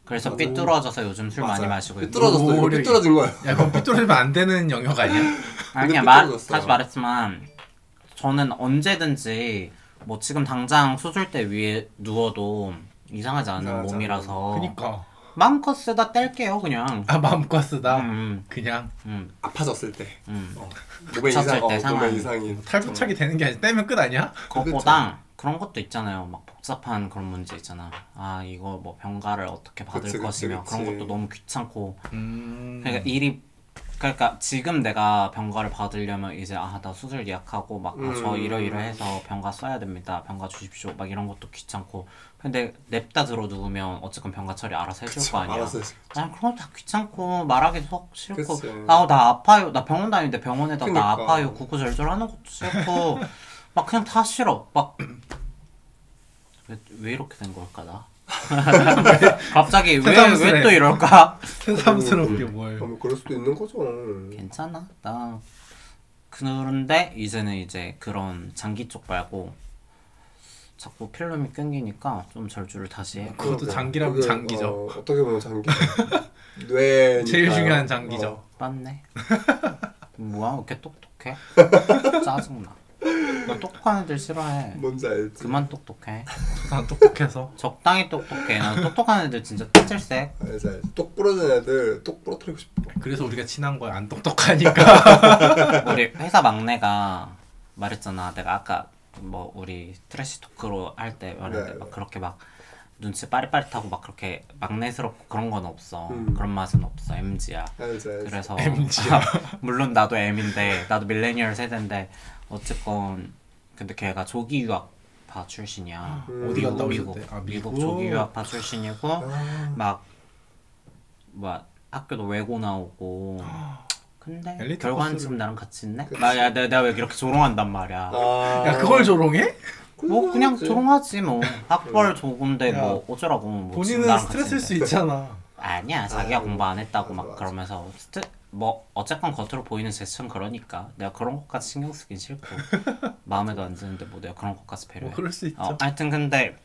C: 그래서 삐뚤어져서 요즘 술 많이
B: 맞아요.
C: 마시고 있고
B: 삐뚤어졌어. 이거
A: 노력이-
B: 삐뚤어진 거예요.
A: 야, 그건 삐뚤어지면 안 되는 영역 아니야?
C: 아니야
B: 근데
C: 말
B: 삐뚤어졌어요.
C: 다시 말했지만 저는 언제든지 뭐 지금 당장 수술대 위에 누워도 이상하지 않은
B: 이상하지
C: 몸이라서
A: 그니까.
C: 마음껏 쓰다 뗄게요 그냥
A: 아, 마음껏 쓰다.
C: 음,
A: 그냥
C: 음,
B: 아파졌을 때.
C: 음.
B: 어, 몸에
C: 다쳤을
B: 이상, 어,
C: 때
B: 몸에
C: 상황.
B: 이상이.
A: 탈부착이
C: 음.
A: 되는 게 아니라 떼면 끝 아니야?
B: 그렇죠.
C: 그것보다 그런 것도 있잖아요 막 복잡한 그런 문제 있잖아 아 이거 뭐 병가를 어떻게 받을
B: 그치, 그치,
C: 것이며
B: 그치.
C: 그런 것도 너무 귀찮고
A: 음.
C: 그러니까 일이 그러니까 지금 내가 병가를 받으려면 이제 아 나 수술 예약하고 막 아, 저
B: 음.
C: 이러이러해서 병가 써야 됩니다 병가 주십시오 막 이런 것도 귀찮고 근데 냅다 들어 누우면 어쨌건 병가 처리 알아서 해줄 거 아니야
B: 알았어요.
A: 음.
C: 난 그런 거 다 귀찮고 말하기 속 싫고
B: 글쎄.
C: 아우 나 아파요 나 병원 다니는데 병원에다 나
B: 그니까.
C: 아파요 구구절절 하는 것도 싫고 막 그냥 다 싫어 막 왜 왜 이렇게 된 걸까 나 갑자기 왜 왜
A: 새삼스레.
C: 또 이럴까
A: 새삼스럽게
C: 음.
A: 뭘.
B: 그럼 그럴 수도 있는 거죠.
C: 괜찮아 나 그런데 이제는 이제 그런 장기 쪽 말고 자꾸 필름이 끊기니까 좀 절주를 다시 해
A: 그것도
B: 그러니까.
A: 장기라면
B: 그게,
A: 장기죠.
B: 어, 어떻게 보면 장기. 뇌.
C: 음.
A: 제일 중요한 장기죠.
C: 맞네. 뭐야, 왜 이렇게 똑똑해? 짜증나. 나 똑똑한 애들 싫어해.
B: 뭔지 알지.
C: 그만 똑똑해.
A: 난 똑똑해서.
C: 적당히 똑똑해. 난 똑똑한 애들 진짜 떼질색.
B: 알지 알지. 똑 부러진 애들 똑 부러뜨리고 싶어.
A: 그래서 우리가 친한 거야. 안 똑똑하니까.
C: 우리 회사 막내가 말했잖아. 내가 아까 뭐 우리 트래시 토크로 할 때 말했는데
B: 네.
C: 막 그렇게 막 눈치 빠릿빠릿하고 막 그렇게 막내스럽고 그런 건 없어.
B: 음.
C: 그런 맛은 없어. MG야.
B: 알지 알지.
C: 그래서
A: MG야.
C: 물론 나도 M인데 나도 밀레니얼 세대인데 어쨌건 근데 걔가 조기 유학파 출신이야.
B: 음. 어디
C: 미국,
B: 갔다
C: 미국,
A: 오셨대? 아,
C: 미국
A: 미국.
C: 조기 유학파 출신이고
B: 아,
C: 막 막 학교도 외고 나오고 근데
A: 엘리트
C: 결과는
A: 코스를-
C: 지금 나랑 같이 있네?
B: 그치.
C: 나야 내가, 내가 왜 이렇게 조롱한단 말이야.
B: 아.
A: 야 그걸 조롱해?
C: 뭐 그냥
B: 그렇지.
C: 조롱하지 뭐 학벌 조금데
A: 야,
C: 뭐 어쩌라고 뭐 지금
A: 본인은
C: 나랑
A: 스트레스일
C: 같이
A: 수
C: 있는데.
A: 있잖아.
C: 음. 아니야 자기가
B: 아유,
C: 공부 안 했다고
B: 맞아,
C: 막
B: 맞아.
C: 그러면서 스트 뭐 어쨌건 겉으로 보이는 제스처는 그러니까 내가 그런 것까지 신경 쓰긴 싫고 마음에도 안 드는데 뭐 내가 그런 것까지 배려해.
A: 뭐 그럴 수 있죠.
C: 어, 하여튼 근데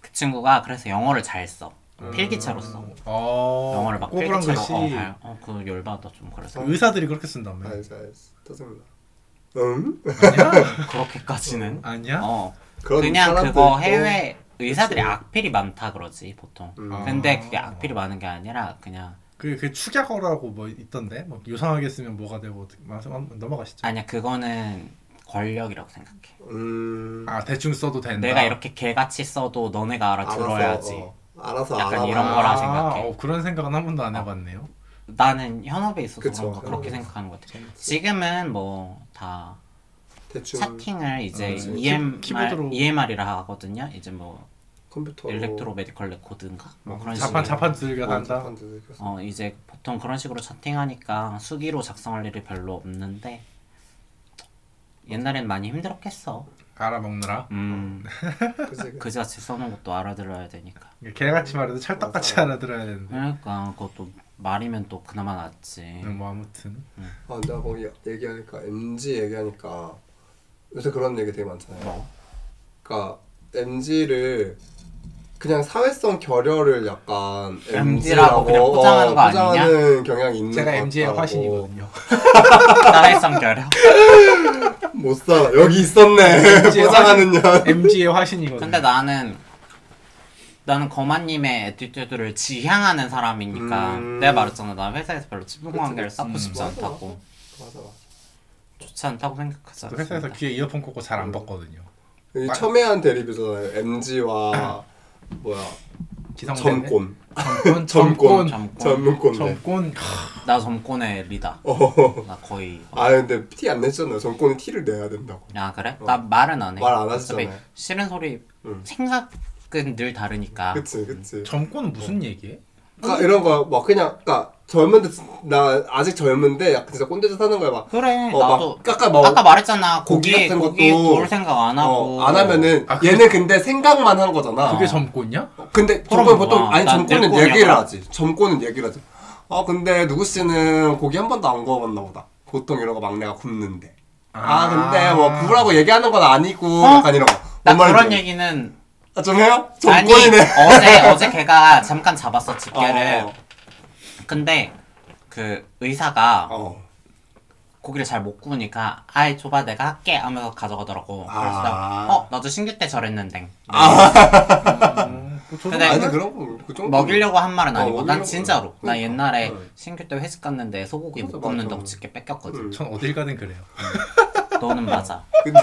C: 그 친구가 그래서 영어를 잘 써. 필기체로 써.
A: 음. 어,
C: 음. 영어를 막
A: 꼬부랑
C: 필기체로
A: 글씨. 어?
C: 어, 아, 잘- 어, 그 열받아 좀 그래서
A: 의사들이 그렇게 쓴다며.
B: 알지 알지. 짜증나. 응?
A: 아니야?
C: 그렇게까지는
A: 아니야?
C: 어
B: 그런
C: 그냥
B: 사람도
C: 그거
B: 있고.
C: 해외 의사들이
B: 그치.
C: 악필이 많다 그러지 보통.
B: 음.
C: 근데 그게
A: 아.
C: 악필이 많은 게 아니라 그냥
A: 그게 그 축약어라고 뭐 있던데. 뭐 요상하게 쓰면 뭐가 되고 어떻게- 말씀 한번 넘어가시죠.
C: 아니야 그거는 권력이라고 생각해.
B: 음.
A: 아 대충 써도 된다.
C: 내가 이렇게 개같이 써도 너네가 알아
B: 알아서,
C: 들어야지.
B: 어, 알아서
C: 약간
B: 알아봐.
C: 이런 거라 생각해.
A: 어, 그런 생각은 한 번도 안 해봤네요.
C: 나는 현업에 있어서
B: 그쵸,
C: 그런가 그렇게
B: 현업에
C: 생각하는 것 같아. 지금은 뭐 다
B: 대충
C: 차팅을 이제 E
B: 어, 지금
C: EMR,
A: 키보드로-
C: EMR이라 하거든요. 이제 뭐
B: 컴퓨터
C: 일렉트로 메디컬 레코드인가 뭐 그런 식으로.
A: 자판 자판 들게 한다.
C: 어 이제 보통 그런 식으로 채팅하니까 수기로 작성할 일이 별로 없는데 옛날엔 많이 힘들었겠어.
A: 알아먹느라.
C: 음
B: 그치, 그치.
C: 그지같이 써는 것도 알아들어야 되니까.
A: 개같이 말해도 찰떡같이
B: 맞아.
A: 알아들어야 되는데.
C: 그러니까 그것도 말이면 또 그나마 낫지.
A: 음, 뭐 아무튼.
B: 아 내가 거기 얘기하니까 MG 얘기하니까 요새 그런 얘기 되게 많잖아요.
C: 뭐?
B: 그러니까 MG를 그냥 사회성 결여를 약간
C: MG 라고 그냥 포장하는 거 아니냐?
B: 포장하는 경향이 있는
A: 음. 제가
B: 것
A: MG의
B: 같다고.
A: 화신이거든요.
C: 사회성 결여.
B: 못 살아 여기 있었네
A: MG 의
B: 포장하는 년
A: MG의 화신이거든요.
C: 근데 나는 나는 거만님의 에티튜드를 지향하는 사람이니까
B: 음.
C: 내가 말했잖아 나 회사에서 별로 친분 관계를
B: 그치,
C: 쌓고
A: 음.
C: 싶지
B: 맞아.
C: 않다고
B: 맞아 맞아
C: 좋지 않다고 생각하지
A: 또 회사에서
C: 않습니다
A: 귀에 이어폰 꽂고 잘 안 봤거든요.
B: 이
A: 맞아.
B: 첨예한 대립이잖아요 MG와 뭐야
A: 기성세대.
B: 점권
A: 점권.
B: 점권
A: 점권.
C: 점권.
B: 점권네
A: 점권.
C: 나 점권의 리다
B: 어.
C: 나 거의
B: 아 근데 티 안 냈잖아요 점권은 티를 내야 된다고
C: 야 아, 그래?
B: 어.
C: 나 말은 안해
B: 말안 하시잖아요.
C: 싫은 소리
B: 응.
C: 생각은 늘 다르니까
B: 그치 그치
A: 점권 무슨 얘기해?
B: 그러니까 이런 거 막 그냥 그러니까 젊은데 나 아직 젊은데 약간 진짜 꼰대짓 하는 거야 막
C: 그래
B: 어,
C: 나도
B: 막 깎아 막
C: 아까 말했잖아
B: 고기
C: 고기 고기,
B: 같은 것도-
C: 구울 생각 안 하고
B: 어, 안 하면은
A: 아, 그게-
B: 얘는 근데 생각만 한 거잖아.
A: 그게 점권이야?
B: 근데
C: 그럼
B: 점권 보통
C: 뭐야?
B: 아니
C: 난
B: 점권은
C: 낼거냐?
B: 얘기를 하지. 점권은 얘기를 하지. 아 근데 누구 씨는 고기 한 번도 안 구워봤나 보다. 보통 이런 거 막내가 굽는데. 아, 근데 뭐 구라고 얘기하는 건 아니고
C: 어?
B: 약간 이런 거.
C: 나
B: 뭔 말인지
C: 그런
B: 알지?
C: 얘기는
B: 아, 좀 해요?
C: 아니
B: 점권이네.
C: 어제 어제 걔가 잠깐 잡았어 집게를
B: 어.
C: 근데 그 의사가
B: 어.
C: 고기를 잘 못 구우니까 아이 줘봐 내가 할게 하면서 가져가더라고
B: 아. 어,
C: 그래서 내가 어 나도 신규 때 저랬는데
A: 음, 뭐 저도
C: 근데
B: 아니 그런 거그 정도.
C: 네, 먹이려고 한 말은
B: 어,
C: 아니고 난
B: 먹이려고.
C: 진짜로 나
B: 그러니까.
C: 옛날에
B: 응.
C: 신규 때 회식 갔는데 소고기
B: 맞아,
C: 못
B: 맞아. 음.
C: 굽는다고 집게 뺏겼거든
B: 응.
A: 전 어딜 가든 그래요.
C: 너는 맞아
B: 근데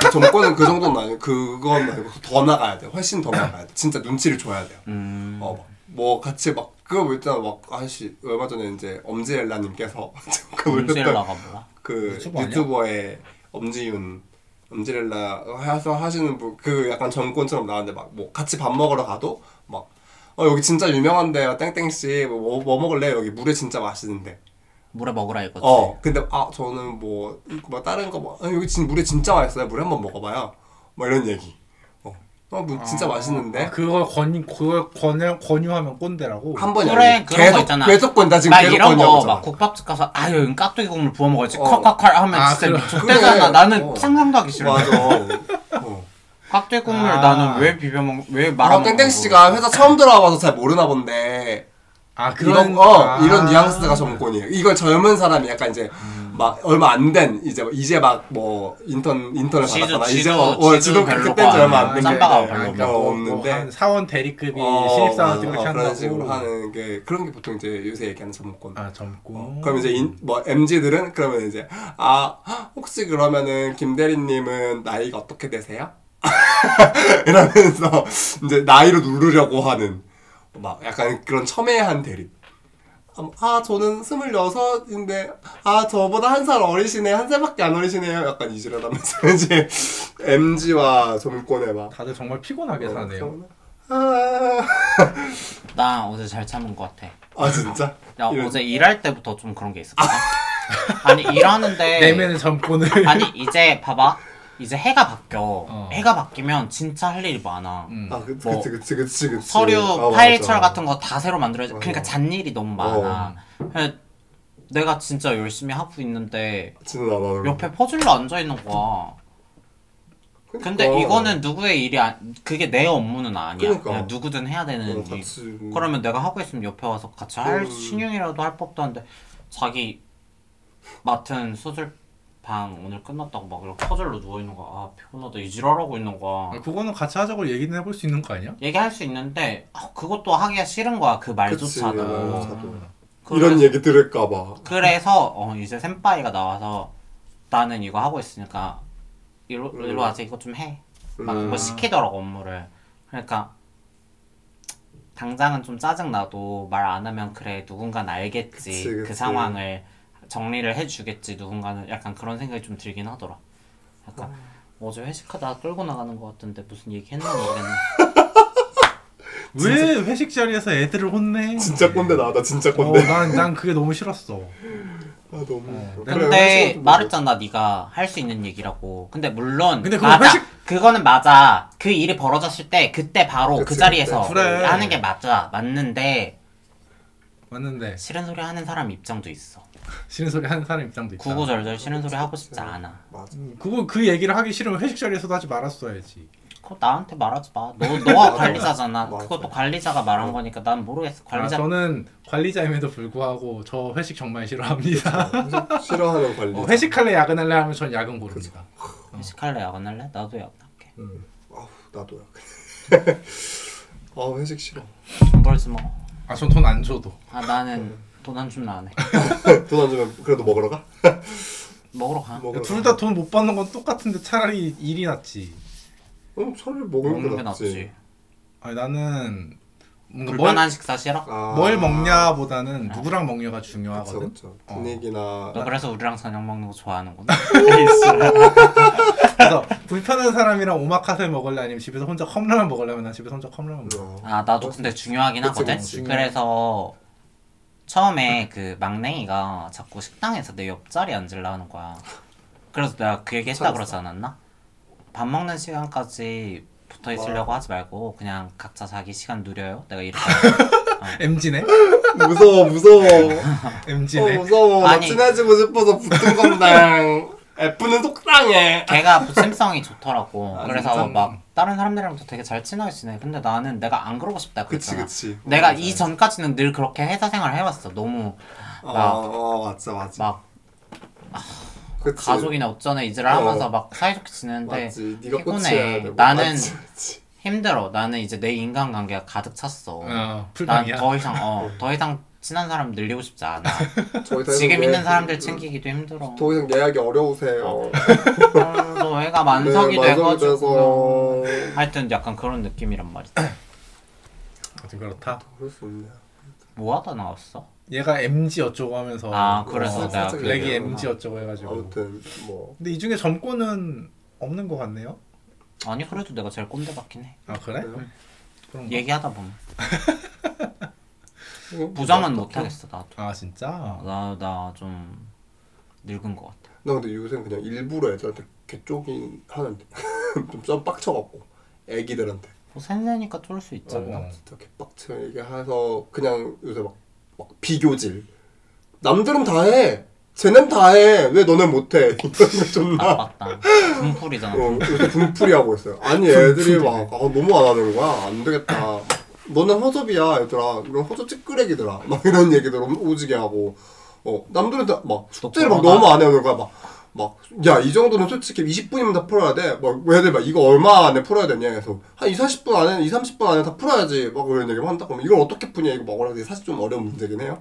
B: 그 점권은 그 정도는 아니고 그건 아니고 더 나가야 돼. 훨씬 더 나가야 돼. 진짜 눈치를 줘야 돼요.
C: 음
B: 어, 막뭐 같이 막 그거 뭐 있잖아 막 아씨 얼마 전에 이제 엄지렐라님께서 그 올렸던
C: 문제라가 몰라
B: 그
A: 유튜버 아니야?
B: 유튜버의 엄지윤 엄지렐라 해서 하시는 분 그 약간 정권처럼 나왔는데 막 뭐 같이 밥 먹으러 가도 막 어 여기 진짜 유명한데 땡땡 씨뭐 뭐 먹을래 여기 물에 진짜 맛있는데
C: 물에 먹으라 이거지
B: 어 근데 아 저는 뭐, 뭐 다른 거뭐 아, 여기 진 물에 진짜 맛있어요 물 한번 먹어봐요 뭐 이런 얘기 어아 뭐 진짜 맛있는데
A: 아, 그거 권 그거 권유 권유하면 꼰대라고.
B: 한 번이
C: 그래,
B: 아니고
C: 그런 거
B: 계속
C: 있잖아.
B: 계속 건다 지금
C: 나
B: 계속
C: 이런 거
B: 거냐고
C: 막 국밥집 가서 아유 이건 깍두기 국물 부어 먹어야지
B: 어.
C: 콸콸콸 하면
A: 아,
C: 진짜
A: 그래.
C: 미쳤대잖아
B: 그래.
C: 나는
B: 어.
C: 상상도 하기 싫어
B: 맞아 어.
C: 깍두기 국물
A: 아.
C: 나는 왜 비벼 먹왜 말아
B: 아,
C: 먹는
B: 땡땡 씨가 회사 처음 들어와서 잘 모르나 본데 어,
A: 아
C: 아.
B: 이런 어 이런 뉘앙스가 정권이에요 이걸 젊은 사람이 약간 이제
C: 음.
B: 막 얼마 안 된 이제 이제 막 뭐 인턴 인턴을
C: 지도,
B: 받았거나
C: 지도,
B: 이제 어, 어,
C: 지도
B: 지도
C: 별로고
B: 그때인 줄
C: 아,
B: 얼마 안된
C: 쌈바가
B: 게,
C: 별로고.
B: 어, 없는데
A: 네, 뭐 한 사원 대리급이
B: 어,
A: 신입사원
B: 맞아.
A: 등록
B: 어, 그런 식으로
A: 한다고
B: 하는 게 그런 게 보통 이제 요새 얘기하는 전문권.
A: 아 젊고
B: 어, 그럼 이제 인, 뭐 MZ들은 그러면 이제 아 혹시 그러면은 김 대리님은 나이가 어떻게 되세요? 이러면서 이제 나이로 누르려고 하는 막 약간 그런 첨예한 대립. 아, 아 저는 스물여섯인데 아 저보다 한 살 어리시네 한 살밖에 안 어리시네요 약간 이지랄하면서 이제 MZ와 정권에 막
A: 다들 정말 피곤하게
B: 어,
A: 사네요.
B: 아,
C: 나 어제 잘 참은 것 같아.
B: 아 진짜?
C: 나
B: 이런-
C: 어제 일할 때부터 좀 그런 게 있었거든. 아니 일하는데
A: 내면의 점권을
C: 네. 아니 이제 봐봐 이제 해가 바뀌어.
A: 어.
C: 해가 바뀌면 진짜 할 일이 많아.
A: 음.
B: 아 그,
C: 뭐,
B: 그치 그치 그치 그치
C: 서류
B: 아, 어.
C: 파일철
B: 맞아.
C: 같은 거 다 새로 만들어야지. 그러니까 잔일이 너무 많아. 그냥 내가 진짜 열심히 하고 있는데
B: 지는 않아.
C: 옆에 퍼질러 앉아 있는 거야. 근데 이거는 누구의 일이 안 그게 내 업무는 아니야.
B: 어. 그러니까.
C: 그냥 누구든 해야 되는 일.
B: 같이
C: 그러면 내가 하고 있으면 옆에 와서 같이 할
B: 음.
C: 신용이라도 할 법도 한데 자기 맡은 수술방 오늘 끝났다고 막 이렇게 퍼즐로 누워 있는 거야. 아 피곤하다 이 지랄하고 있는
A: 아,
C: 거야.
A: 그거는 같이 하자고 얘기는 해볼 수 있는 거 아니야?
C: 얘기할 수 있는데 아, 그것도 하기가 싫은 거야 그 말조차도.
A: 어,
B: 그치. 저도.
C: 그래서-
B: 이런 얘기 들을까봐.
C: 그래서 어, 이제 sen빠이가 나와서 나는 이거 하고 있으니까 일로
B: 음.
C: 일로 와서 이거 좀 해. 막
B: 음.
C: 그거 시키더라고 업무를. 그러니까 당장은 좀 짜증 나도 말 안 하면 그래 누군가는 알겠지
B: 그치,
C: 그
B: 그치.
C: 상황을 정리를 해주겠지 누군가는 약간 그런 생각이 좀 들긴 하더라.
B: 음.
C: 약간 어제 회식하다 끌고 나가는 것 같은데 무슨 얘기했나 모르겠네.
A: 왜 회식 자리에서 애들을 혼내?
B: 진짜 꼰대 나다 진짜
A: 어,
B: 꼰대.
A: 난, 난 그게 너무 싫었어.
B: 아 너무.
A: 어.
B: 그래,
C: 네. 근데
B: 회식은
C: 말했잖아 네가 할 수 있는 얘기라고 근데 물론
A: 근데 그거
C: 맞아
A: 회식-
C: 그거는 맞아 그 일이 벌어졌을 때 그때 바로 그
B: 그치,
C: 자리에서
B: 그때.
A: 그래.
C: 하는 게 맞아 맞는데
A: 맞는데
C: 싫은 소리 하는 사람 입장도 있어
A: 싫은 소리 하는 사람 입장도 있다.
C: 구구절절 싫은 소리 하고 싶지 않아
B: 맞아.
A: 그거 그 얘기를 하기 싫으면 회식 자리에서도 하지 말았어야지.
C: 그거 나한테 말하지 마너 너가
B: 맞아.
C: 관리자잖아
B: 맞아.
C: 그것도 관리자가 말한 거니까 난 모르겠어
A: 아,
C: 관리자
A: 저는 관리자임에도 불구하고 저 회식 정말
B: 그렇죠,
A: 싫어합니다.
B: 회식 싫어하는 관리.
A: 어, 회식할래 야근할래 하면 전 야근 고릅니다.
C: 회식할래 야근할래 나도 야근할게
B: 아우 나도야. 아 회식 싫어.
C: 돈 벌지 뭐아
A: 아, 전 돈 안 줘도.
C: 나는 돈 안 주면 안해
B: 돈 안 주면 그래도 먹으러 가.
C: 먹으러 가
B: 먹으러.
A: 둘 다 돈 못 받는 건 똑같은데 차라리 일이 낫지.
B: 응 차라리
C: 먹는
B: 먹는
C: 게 낫지
A: 아니, 나는 뭔가 뭘,
C: 불편한 식사 싫어?
B: 아.
A: 뭘 먹냐보다는 누구랑 먹냐가
B: 그쵸
A: 중요하거든.
B: 그쵸.
A: 어.
B: 분위기나.
C: 너
B: 아,
C: 그래서 우리랑 저녁 먹는 거 좋아하는구나.
A: 그래서 불편한 사람이랑 오마카세 먹을래 아니면 집에서 혼자 컵라면 먹을래면 난 집에서 혼자 컵라면 먹어.
C: 아 나도 근데 중요하긴
B: 그치,
C: 하거든.
B: 그치.
C: 그래서 처음에 그 막냉이가 자꾸 식당에서 내 옆자리 앉으려 하는 거야. 그래서 내가 그 얘기 했다
B: 찾았어.
C: 그러지 않았나? 밥 먹는 시간까지 붙어 있으려고 하지 말고 그냥 각자 자기 시간 누려요. 내가 이렇게
A: MG네?
B: 무서워 무서워. 어,
A: MG네.
B: 무서워. 나
C: 아니.
B: 친해지고 싶어서 붙은 건데. F는 속상해.
C: 걔가 부침성이 좋더라고.
B: 아,
C: 그래서
B: 진짜?
C: 막 다른 사람들이랑도 되게 잘 친하게 지내. 근데 나는 내가 안 그러고 싶다
B: 그치
C: 그랬잖아. 네.
B: 그치.
C: 내가
B: 맞아.
C: 이 전까지는 늘 그렇게 회사 생활을 해왔어. 너무
B: 어,
C: 나-
B: 어 맞아 맞아.
C: 막
B: 그치.
C: 가족이나 어쩌나 이제를
B: 어.
C: 하면서 막 사이좋게 지내는데
B: 맞지. 네가
C: 피곤해.
B: 꽃이야. 되고.
C: 나는
B: 맞지, 맞지.
C: 힘들어. 나는 이제 내 인간관계가 가득 찼어.
A: 어,
C: 난
A: 풀빵이야.
C: 더 이상 어, 더 이상 친한 사람 늘리고 싶지 않아.
B: 저희 다
C: 지금
B: 이제
C: 있는 사람들 챙기기도 힘들어.
B: 더 이상 예약이 어려우세요.
C: 또 애가 만석이
B: 네, 만석이
C: 돼가지고
B: 돼서.
C: 하여튼 약간 그런 느낌이란 말이지.
A: 아무튼 그렇다.
B: 그럴 수 없네.
C: 뭐 하다 나왔어?
A: 얘가 MG 어쩌고 하면서
C: 아, 그래서
A: 어,
C: 내가
B: 뭐 살짝
A: 블랙이
B: 얘기하구나.
A: MG 어쩌고 해가지고
B: 네, 아무튼 뭐
A: 근데 이 중에 점권은 없는 것 같네요
C: 아니 그래도 내가 제일 꼰대 같긴 해.
A: 아 그래?
B: 그래요?
A: 그런 거.
C: 얘기하다 보면 부정은 못 하겠어 나도.
A: 아 진짜?
C: 나나 좀 늙은 것 같아.
B: 나 근데 요새 그냥 일부러 애들한테 개쪽이 하는데 좀좀 빡쳐갖고 애기들한테
C: 뭐 샌새니까 쫄 수 있잖아.
A: 어.
B: 진짜 개빡쳐 얘기해서 그냥 요새 막, 막 비교질. 남들은 다해. 쟤는 다해. 왜 너는 못해? 이러면 존나.
C: 나빴다. 분풀이잖아.
B: 어, 요새 분풀이 하고 있어요. 아니 애들이 막 아, 너무 안 하는 거야. 안 되겠다. 너는 허접이야 얘들아. 이런 허접 찌끄레기들아. 막 이런 얘기들 오- 오지게 하고 어 남들은 다막 숙제를
C: 또
B: 막 너무 안 해요. 그러니까 막막야 이 정도는 솔직히 20분이면 다 풀어야 돼. 막 애들 막 이거 얼마 안에 풀어야 되냐 해서 한 2, 40분 안에 2, 30분 안에 다 풀어야지 막 이런 얘기만 한다. 그러면 이걸 어떻게 푸냐 이거 막 어려운 게 사실 좀 어려운 문제긴 해요.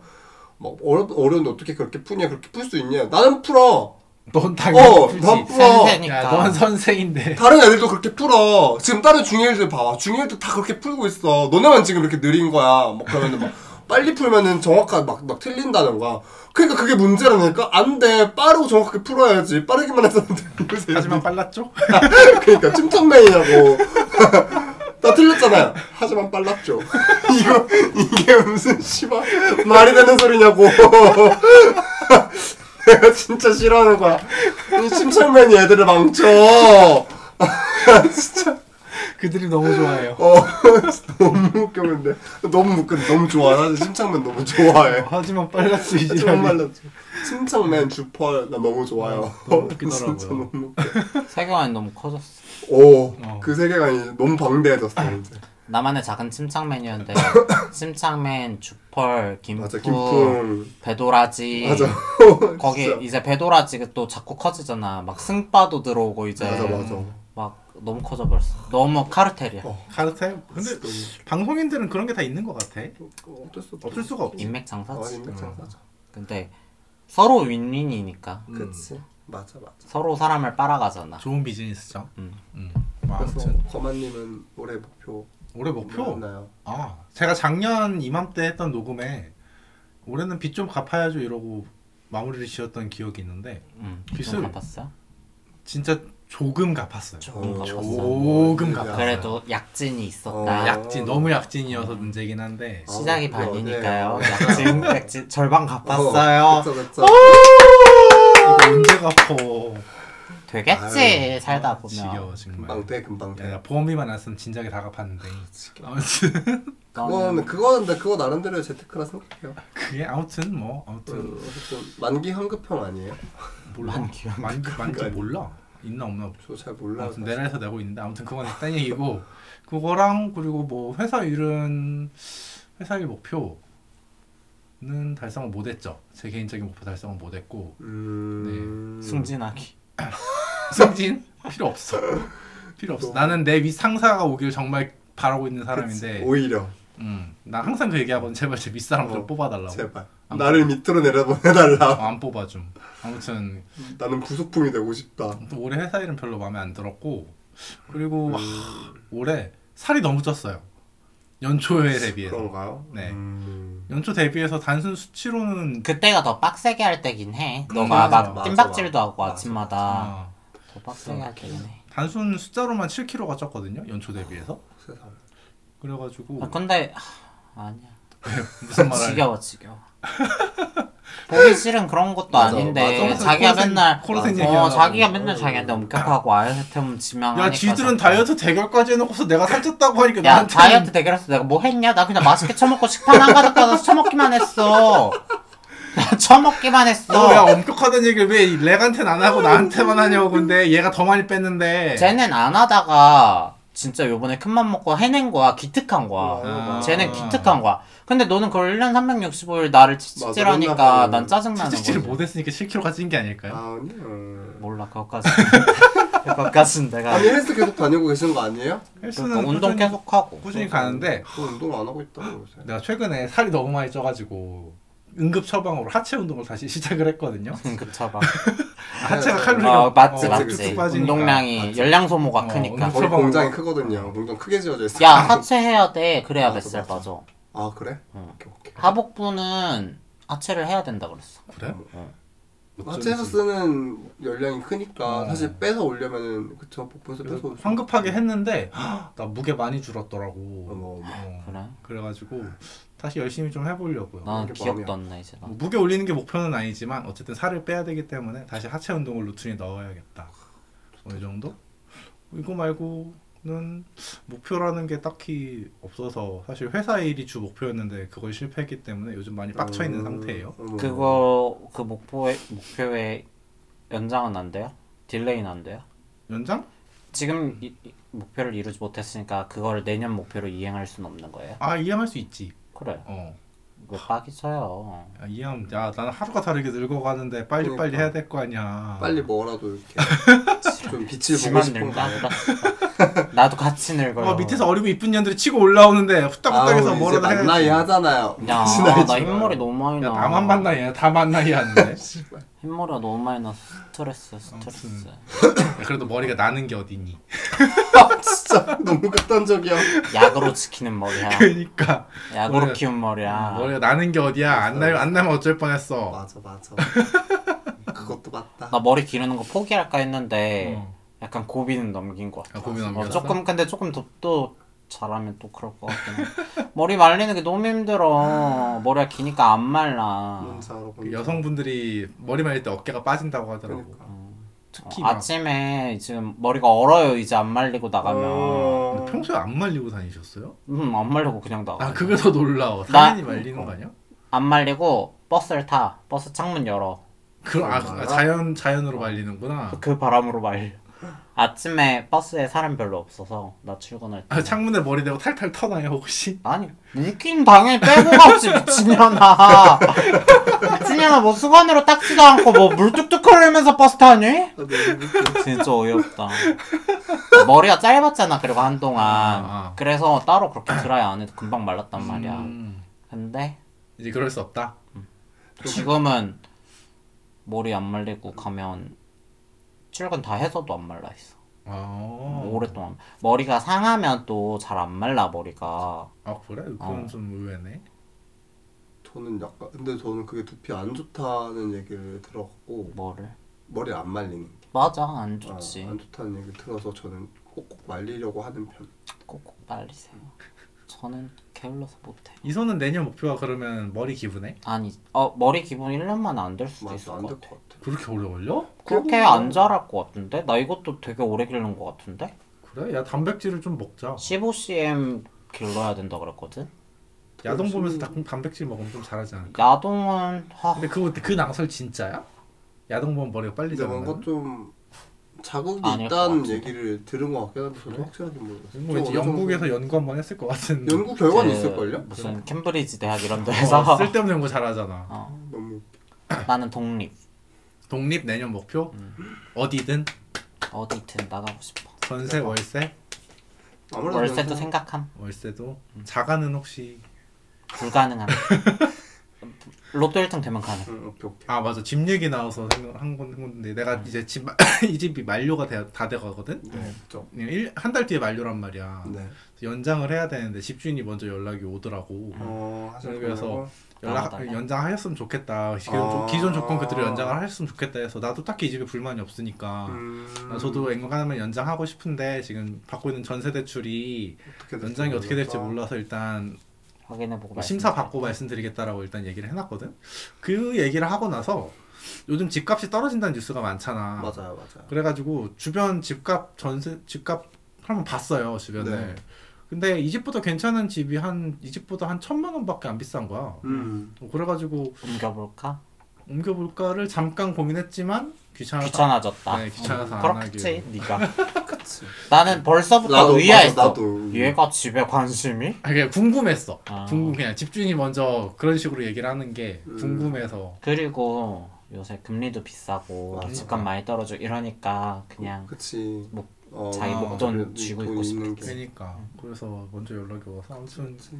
B: 막 어려 어려운데 어떻게 그렇게 푸냐 그렇게 풀 수 있냐 나는 풀어.
A: 넌 당연히
B: 어,
A: 풀지.
B: 난 풀어.
A: 야, 넌
C: 센세니까.
A: 선생인데.
B: 다른 애들도 그렇게 풀어. 지금 다른 중일들 봐봐. 중일들 다 그렇게 풀고 있어. 너네만 지금 이렇게 느린 거야. 막 그러면은 막 빨리 풀면은 정확하게 막, 막 틀린다는 거야. 그러니까 그게 문제라니까? 안 돼. 빠르고 정확하게 풀어야지. 빠르기만 했었는데. 그래서
A: 하지만 빨랐죠?
B: 그러니까 찜천맨이라고. 나 틀렸잖아요. 하지만 빨랐죠. 이거, 이게 무슨, 씨발, 말이 되는 소리냐고. 내가 진짜 싫어하는 거야. 이 찜천맨이 애들을 망쳐.
A: 그들이 너무 좋아해요.
B: 어 너무 웃겨 근데 너무 웃겨 너무 좋아 사실 심창맨 너무 좋아해
A: 하지만 빨랐지 이제.
B: 정말로 심창맨 주펄 나 너무 좋아요
A: 너무 웃기더라고요.
B: 진짜 너무
C: 세계관이 너무 커졌어.
A: 어. 아.
B: 오그 세계관이 너무 방대해졌어 이제
C: 나만의 작은 침착맨이었는데 침착맨, 주펄, 김풍,
B: 맞아 김풍
C: 배도라지.
B: 맞아
C: 거기
B: 진짜.
C: 이제 배도라지가 그 또 자꾸 커지잖아. 막 승빠도 들어오고 이제
B: 맞아
A: 네.
B: 맞아
C: 막 너무 커져버렸어. 너무 카르텔이야.
B: 어.
A: 카르텔? 근데 방송인들은 그런 게 다 있는 것 같아.
B: 어, 어쩔 수 없어
A: 없을 수가 없지.
C: 인맥
B: 아
C: 장사지.
B: 인맥 장사죠
C: 근데 서로 윈윈이니까
A: 음.
B: 그치 맞아 맞아
C: 서로 사람을 빨아가잖아.
A: 좋은 비즈니스죠.
C: 음.
A: 음. 뭐
B: 그래서
A: 아무튼
B: 거만님은 올해 목표
A: 올해 목표.
B: 뭐였나요?
A: 아 제가 작년 이맘때 했던 녹음에 올해는 빚 좀 갚아야죠 이러고 마무리를 지었던 기억이 있는데
C: 음.
A: 빚을-
C: 좀 갚았어?
A: 진짜 조금 갚았어요.
C: 조금
B: 어,
C: 갚았어.
A: 조금 갚았어.
C: 그래도 약진이
B: 어,
C: 있었다.
B: 약-
A: 아. 약진 너무 약진이어서 문제긴 한데
B: 어.
C: 시작이
B: 그거
C: 반이니까요.
B: 어때요?
C: 약진, 약진 절반
B: 어,
C: 갚았어요.
B: 그쵸 그쵸
A: 이거 언제 갚어?
C: 되겠지
B: 아유,
C: 살다 보면.
A: 지겨워 정말.
B: 금방 돼 금방 돼
A: 야, 야, 보험비만 안 쓰면 진작에 다 갚았는데. 아무튼
B: 그거는 그거는 근데 그거 나름대로 재테크라 생각해요.
A: 그게 아무튼 뭐 아무튼
B: 그, 어쨌든 만기 환급형 아니에요?
A: 몰라.
C: 만기,
A: 만기 만기
B: 아니야.
A: 몰라. 있나 없나
B: 저 잘 몰라요.
A: 아무튼 내라에서 내고 있는데 아무튼 그건 딴 얘기고 그거랑 그리고 뭐 회사 일은 회사 일 목표는 달성을 못했죠 제 개인적인 목표 달성을 못했고
B: 음...
A: 네,
C: 승진하기.
A: 승진 필요 없어 필요 없어 나는 내 윗 상사가 오길 정말 바라고 있는
B: 그치,
A: 사람인데
B: 네. 오히려
A: 음, 나 항상 그 얘기하거든 제발 제 윗사람들
B: 어,
A: 뽑아달라고
B: 제발
A: 안
B: 나를 밑으로
A: 어,
B: 내려보내달라.
A: 안 뽑아줌 아무튼
B: 나는 부속품이 되고 싶다.
A: 또 올해 회사 일은 별로 마음에 안 들었고 그리고
B: 음.
A: 하, 올해 살이 너무 쪘어요 연초에
B: 그렇죠.
A: 대비해서
B: 그런가요?
A: 네.
B: 음...
A: 연초 데뷔해서 단순 수치로는
C: 그때가 더 빡세게 할 때긴 해.
A: 음,
C: 너가
A: 맞아,
C: 막
B: 맞아,
C: 찜박질도
B: 맞아.
C: 하고
B: 맞아,
C: 아침마다
A: 아,
C: 더 빡세게 할 때긴 해.
A: 단순 숫자로만 7kg가 쪘거든요. 연초 데뷔해서.
B: 아, 세상.
A: 그래가지고
C: 아, 근데 하, 아니야.
A: 무슨 음. 말을
C: 지겨워 지겨워. 보기 싫은 그런 것도
B: 맞아,
C: 아닌데
A: 맞아.
C: 자기가
A: 코르센-
C: 맨날
A: 코르센
C: 어
A: 얘기하려고.
C: 자기가 맨날 자기한테 엄격하고 아이템 지명하니까
A: 야
C: 자꾸.
A: 지들은 다이어트 대결까지 해놓고서 내가 살쪘다고 하니까
C: 야
A: 나한테
C: 다이어트 대결했어 내가 뭐 했냐 나 그냥 맛있게 처먹고 식판 한 가득 받아서 처먹기만 했어 나 처먹기만
A: 너야
C: 했어
A: 엄격하다는 얘기를 왜 렉한테는 안 하고 나한테만 하냐고 근데 얘가 더 많이 뺐는데
C: 쟤는 안 하다가 진짜 요번에 큰맘 먹고 해낸 거야 기특한 거야
A: 아.
C: 쟤는 기특한 거야 근데 너는 그걸 1년 365일 나를
B: 맨날
C: 찌질하니까 난 짜증나는 거지
A: 채찍질을 못했으니까 7kg가 찐 게 아닐까요?
B: 아, 아니요.
C: 몰라 그것까지 그것까진
A: 네.
C: 내가
B: 아니 헬스 계속 다니고 계신 거 아니에요?
A: 헬스는
C: 그러니까 운동
A: 꾸준히-
C: 계속 하고
A: 꾸준히 가는데 네.
B: 저 운동 안 하고 있다고 요새.
A: 내가 최근에 살이 너무 많이 쪄가지고 응급 처방으로 하체 운동을 다시 시작을 했거든요.
C: 응급 처방
A: 하체가
B: 아,
A: 칼로리가
C: 어, 맞지
A: 어,
C: 맞지
A: 쭉쭉 빠지니까.
C: 운동량이 열량 소모가
A: 어,
C: 크니까
A: 운동-
B: 거기
A: 처방으로.
B: 공장이 크거든요. 공장 크게 지어져 있어.
C: 야 하체 해야 돼 그래야
B: 맞아,
C: 뱃살
B: 맞아.
C: 빠져
B: 아 그래?
A: 어.
C: 응.
B: 오케이 오케이.
C: 하복부는 하체를 해야 된다 그랬어
B: 아,
A: 그래?
B: 하체에서 쓰는 열량이 크니까
A: 어.
B: 사실 빼서 올려면은 그쵸 복부에서 빼서 올수
A: 황급하게 했는데 헉, 나 무게 많이 줄었더라고.
B: 어머, 어머.
A: 어,
C: 그래
A: 그래가지고 다시 열심히 좀 해보려고요.
C: 나는
B: 이게
C: 기억도
B: 마음이야.
C: 안 나 이제 나
A: 뭐 무게 올리는 게 목표는 아니지만 어쨌든 살을 빼야 되기 때문에 다시 하체 운동을 루틴에 넣어야겠다. 어느 정도? 이거 말고는 목표라는 게 딱히 없어서 사실 회사 일이 주 목표였는데 그걸 실패했기 때문에 요즘 많이 빡쳐 있는
B: 음,
A: 상태예요.
B: 어머.
C: 그거 그 목표에 목표에 연장은 안 돼요? 딜레이는 안 돼요?
A: 연장?
C: 지금 이, 이 목표를 이루지 못했으니까 그거를 내년 목표로 이행할 수는 없는 거예요?
A: 아 이해할 수 있지.
C: 그래
A: 어.
C: 왜 빡이 쳐요?
A: 야, 이암, 야, 아, 나는 하루가 다르게 늙어가는데 빨리 빨리
B: 그러니까.
A: 해야 될 거 아니야.
B: 빨리 뭐라도 이렇게 좀 빛을 보고
C: 지만
B: 싶은
C: 늙다
B: 거야.
C: 보다. 나도 같이 늙어요.
A: 어, 밑에서 어리고 이쁜 년들이 치고 올라오는데 후딱후딱해서
B: 아우 이제
A: 뭐라도 해야지.
B: 만나이 하잖아요.
C: 야,
B: 무슨 나이
C: 나
B: 지금.
C: 흰머리 너무 많이
A: 어, 야,
C: 나.
A: 나만 만나이야. 다 만나이 하는데.
C: 흰머리가 너무 많이 나서 스트레스, 스트레스.
A: 야, 그래도 머리가 나는 게 어디니?
B: 아, 진짜 너무 극단적이야.
C: 약으로 지키는 머리야.
A: 그러니까
C: 약으로
A: 머리가- 어,
C: 키운 머리야.
A: 머리가 나는 게 어디야? 안 나면 안 나면 어쩔 뻔했어.
B: 맞아 맞아. 그것도 맞다.
C: 나 머리 기르는 거 포기할까 했는데
A: 어.
C: 약간 고비는 넘긴 것 같아.
A: 아, 고민 안
C: 어,
A: 어,
C: 조금 근데 조금 더, 또 잘하면 또 그럴 것 같긴 해. 머리 말리는 게 너무 힘들어. 머리가 기니까 안 말라. 어,
B: 뭔지 알아. 뭔지
A: 그
B: 알아.
A: 여성분들이 머리 말릴 때 어깨가 빠진다고 하더라고.
B: 그러니까.
A: 특히
C: 어,
A: 막-
C: 아침에 지금 머리가 얼어요. 이제 안 말리고 나가면.
B: 어.
A: 근데 평소에 안 말리고 다니셨어요?
C: 음, 안 말리고 그냥 나가.
A: 아 그게 더 놀라워.
C: 나-
A: 당연히 말리는 거 아니야?
C: 안 말리고 버스를 타. 버스 창문 열어.
A: 그럼 아,
B: 그런가?
A: 아, 자연 자연으로 말리는구나.
C: 그 바람으로 말려. 아침에 버스에 사람 별로 없어서 나 출근할 때.
A: 아, 창문에 머리 대고 탈탈 터나요 혹시?
C: 아니 물긴 당연히 빼고 갔지 미친년아 미친년아 뭐 수건으로 닦지도 않고 뭐 물 뚝뚝 흘리면서 버스 타니?
B: 아, 너무 웃겨.
C: 진짜 어이없다 머리가 짧았잖아 그리고 한동안
A: 아, 아.
C: 그래서 따로 그렇게 드라이 안 해도 금방 말랐단 말이야
A: 음,
C: 근데
A: 이제 그럴 수 없다.
C: 지금은 머리 안 말리고 가면 출근 다 해서도 안 말라 있어
A: 아,
C: 오랫동안 머리가 상하면 또 잘 안 말라 머리가
A: 아 그래? 그건
C: 어.
A: 좀 의외네.
B: 저는 약간 근데 저는 그게 두피 안 좋다는 얘기를 들었고
C: 뭐를
B: 머리 안 말리는 게
C: 맞아 안
B: 아,
A: 어,
C: 좋지
B: 안 좋다는 얘기 를 들어서 저는 꼭꼭 말리려고 하는 편.
C: 꼭꼭 말리세요. 저는 게을러서 못해.
A: 이 손은 내년 목표가 그러면 머리 기부네?
C: 아니, 어 머리 기본 1년만 안 될 수도
B: 맞아
C: 있을
B: 안될
C: 것
B: 것
C: 같아.
B: 같아.
A: 그렇게 오래 걸려?
C: 그렇게 안 자랄 것 같은데? 나 이것도 되게 오래 기른 것 같은데?
A: 그래? 야 단백질을 좀 먹자.
C: 15cm 길러야 된다 그랬거든?
A: 야동 보면서 닭- 단백질 먹으면 좀 잘하지 않을까?
C: 야동은 하,
A: 근데 그거 그 낭설 진짜야? 야동 보면 머리가 빨리
B: 근데
A: 자는
B: 뭔가
A: 거?
B: 좀 자극이
C: 아닐 것
B: 있다는
C: 같은데.
B: 얘기를 들은 것 같긴 한데 저도 확실하게 모르겠어요.
A: 뭐 이제
B: 저 어느 정도-
A: 영국에서 연구 한 번 했을 것 같은.
B: 연구 결과는
C: 그
B: 있을걸요?
C: 무슨 캠브리지 대학 이런 데서
A: 어, 쓸데없는 연구 잘하잖아.
C: 어,
B: 너무
C: 나는 독립
A: 독립 내년 목표 어디든
C: 어디든 나가고 싶어.
A: 전세
B: 음.
A: 월세
B: 아무래도
C: 월세도
B: 그냥
C: 생각함
A: 월세도 자가는 혹시
C: 불가능함. 로또 1등 되면 가능.
B: 응, 음, 오케이 오케이.
A: 아 맞아 집 얘기 나와서 생각- 한 건- 한 건데 내가 이제 집 이 집이 만료가 돼, 다 돼가거든.
B: 네, 그죠.
A: 한달 뒤에 만료란 말이야.
B: 네.
A: 연장을 해야 되는데 집주인이 먼저 연락이 오더라고.
B: 어, 하실
A: 음. 그래서
B: 거냐고?
A: 연락
C: 나와달라?
A: 연장하셨으면 좋겠다. 기존,
B: 아.
A: 기존 조건 그대로 연장을 했으면 좋겠다 해서 나도 딱히 이 집에 불만이 없으니까
B: 음,
A: 아, 나 저도 앵간하면 연장하고 싶은데 지금 받고 있는 전세 대출이
B: 어떻게 될지
A: 연장이 어떻게 될지
B: 모르겠다.
A: 몰라서 일단 뭐
C: 확인해보고
A: 심사 받고 말씀드리겠다라고 일단 얘기를 해놨거든. 그 얘기를 하고 나서 요즘 집값이 떨어진다는 뉴스가 많잖아.
B: 맞아요, 맞아요.
A: 그래가지고 주변 집값 전세 집값 한번 봤어요 주변을.
B: 네.
A: 근데 이 집보다 괜찮은 집이 한 이 집보다 한 천만 원밖에 안 비싼 거야. 뭐
B: 음.
A: 그래가지고
C: 옮겨볼까?
A: 옮겨볼까를 잠깐 고민했지만 귀찮아.
C: 귀찮아졌다. 음,
A: 네, 귀찮아서 안
C: 그렇겠지,
A: 하기로.
C: 네가.
B: 그치.
C: 나는 벌써부터
B: 나도,
C: 의아했어.
B: 맞아, 나도.
C: 얘가 집에 관심이?
A: 아, 그냥 궁금했어.
C: 아.
A: 궁금 그냥 집주인이 먼저 그런 식으로 얘기를 하는 게
B: 음.
A: 궁금해서.
C: 그리고 요새 금리도 비싸고
B: 맞아.
C: 집값 많이 떨어져 이러니까 그냥
B: 그치.
C: 목-
B: 어,
C: 자기 뭐
A: 아,
B: 그래도
C: 목돈 쥐고
B: 돈
C: 있고
B: 있는
C: 싶지.
B: 게.
A: 그러니까
C: 음.
A: 그래서 먼저 연락이 와서 아무튼
B: 그치.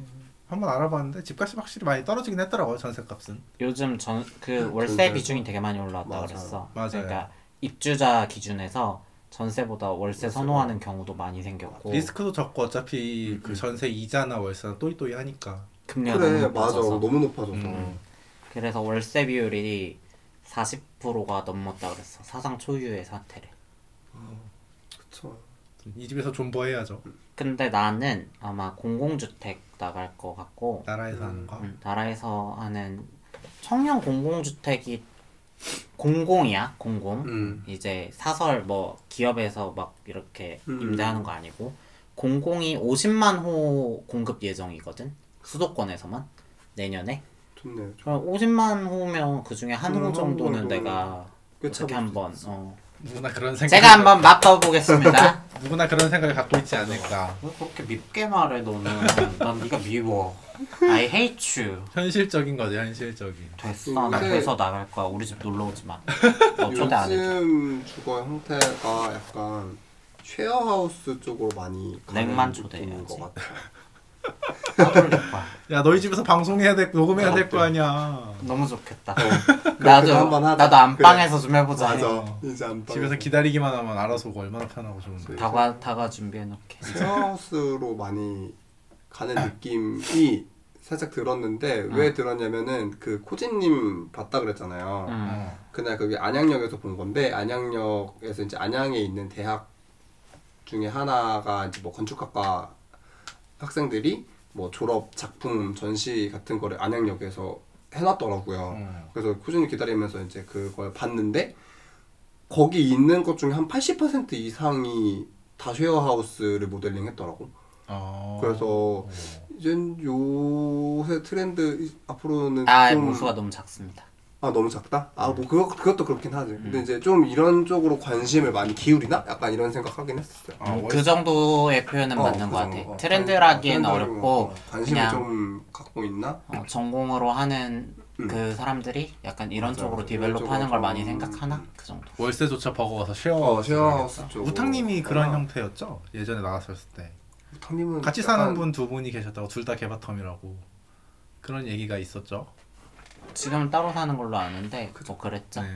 A: 한번 알아봤는데 집값이 확실히 많이 떨어지긴 했더라고요 전세값은.
C: 요즘 전 그
B: 전세.
C: 월세 비중이 되게 많이 올라왔다
B: 맞아요.
C: 그랬어.
A: 맞아요.
C: 그러니까 입주자 기준에서 전세보다 월세
B: 월세가-
C: 선호하는 경우도 많이 생겼고
A: 리스크도 적고 어차피 그
C: 뭐. 음.
A: 전세 이자나 월세나 또이또이 하니까.
C: 금리가
B: 그래,
C: 너무
B: 맞아.
C: 높아져서
B: 너무 높아져서.
A: 음.
C: 그래서 월세 비율이 40%가 넘었다 그랬어. 사상 초유의 사태래.
B: 그쵸.
A: 이 집에서 존버해야죠.
C: 근데 나는 아마 공공주택 나갈 것 같고
A: 나라에서 하는
B: 아.
A: 거.
C: 음, 나라에서 하는 청년 공공주택이 공공이야 공공
B: 음.
C: 이제 사설 뭐 기업에서 막 이렇게
B: 음.
C: 임대하는 거 아니고 공공이 50만 호 공급 예정이거든 수도권에서만 내년에
B: 좋네요.
C: 그럼 50만 호면 그 중에 한
B: 음,
C: 호
B: 한
C: 정도는
B: 호는
C: 내가
B: 꽤
C: 어떻게
B: 참을 수
C: 한번
B: 있어.
C: 어.
A: 누구나 그런 생각.
C: 제가 한번 맛봐보겠습니다
A: 누구나 그런 생각을 갖고 있지 않을까.
C: 왜 그렇게 밉게 말해 너는? 난 네가 미워. I hate you.
A: 현실적인 거죠, 현실적인.
C: 됐어, 나
B: 근데-
C: 그래서 나갈 거야. 우리 집 놀러 오지 마. 너 초대 어, 안 해줘.
B: 요즘 주거 형태가 약간 쉐어하우스 쪽으로 많이 가는
C: 넥만
B: 느낌인
C: 초대해야지.
B: 것 같아. 아,
C: 화풀 낼 거야.
A: 야, 너희 집에서 방송해야 될, 녹음해야 될 거 아니야.
C: 너무 좋겠다.
B: 어, 그거
C: 나도
B: 한번 하자.
C: 나도 안방에서 좀 해보자.
B: 맞아. 이제 안 봐.
A: 집에서 기다리기만 하면 알아서 오고 얼마나 편하고 좋은데.
B: 네.
C: 다과 다과 준비해놓게.
B: 쉐어하우스로 많이 가는 느낌이 살짝 들었는데
C: 음.
B: 왜 들었냐면은 그 코지님 봤다 그랬잖아요.
C: 응.
A: 어.
B: 그날 그게 안양역에서 본 건데 안양역에서 이제 안양에 있는 대학 중에 하나가 이제 뭐 건축학과 학생들이 뭐 졸업 작품 전시 같은 거를 안양역에서 해놨더라고요.
C: 음.
A: 어.
B: 그래서 꾸준히 기다리면서 이제 그걸 봤는데 거기 있는 것 중에 한 80% 이상이 다 쉐어하우스를 모델링 했더라고.
A: 어.
B: 음. 그래서 이젠 요새 트렌드 이- 앞으로는
C: 아
B: 음. 좀-
C: 모수가 너무 작습니다.
B: 아 너무 작다? 아
C: 음.
B: 뭐 그거 그것도 그렇긴 하지. 근데 이제 좀 이런 쪽으로 관심을 많이 기울이나 약간 이런 생각하긴 했었어요.
A: 아,
C: 음,
A: 월-
C: 그 정도의 표현은
B: 어,
C: 맞는
B: 그
C: 것
B: 정도.
C: 같아.
B: 어,
C: 트렌드라기엔
B: 트렌드라고
C: 어렵고
B: 어, 관심을
C: 그냥
B: 좀 갖고 있나?
C: 어, 전공으로 하는
B: 음.
C: 그 사람들이 약간 이런
B: 맞아.
C: 쪽으로
B: 이런
C: 디벨롭하는 걸
B: 쪽으로
C: 많이
B: 좀-
C: 생각하나 그 정도.
A: 월세조차 버거워서 쉐어.
B: 어 쉐어하우스
C: 그러니까.
B: 쪽.
A: 우탕님이 그런 형태였죠? 예전에 나갔었을 때.
B: 우탕님은
A: 같이
B: 약간-
A: 사는 분 두 분이 계셨다고 둘 다 개바텀이라고 그런 얘기가 있었죠.
C: 지금은 따로 사는 걸로 아는데 뭐 그랬죠.
A: 네.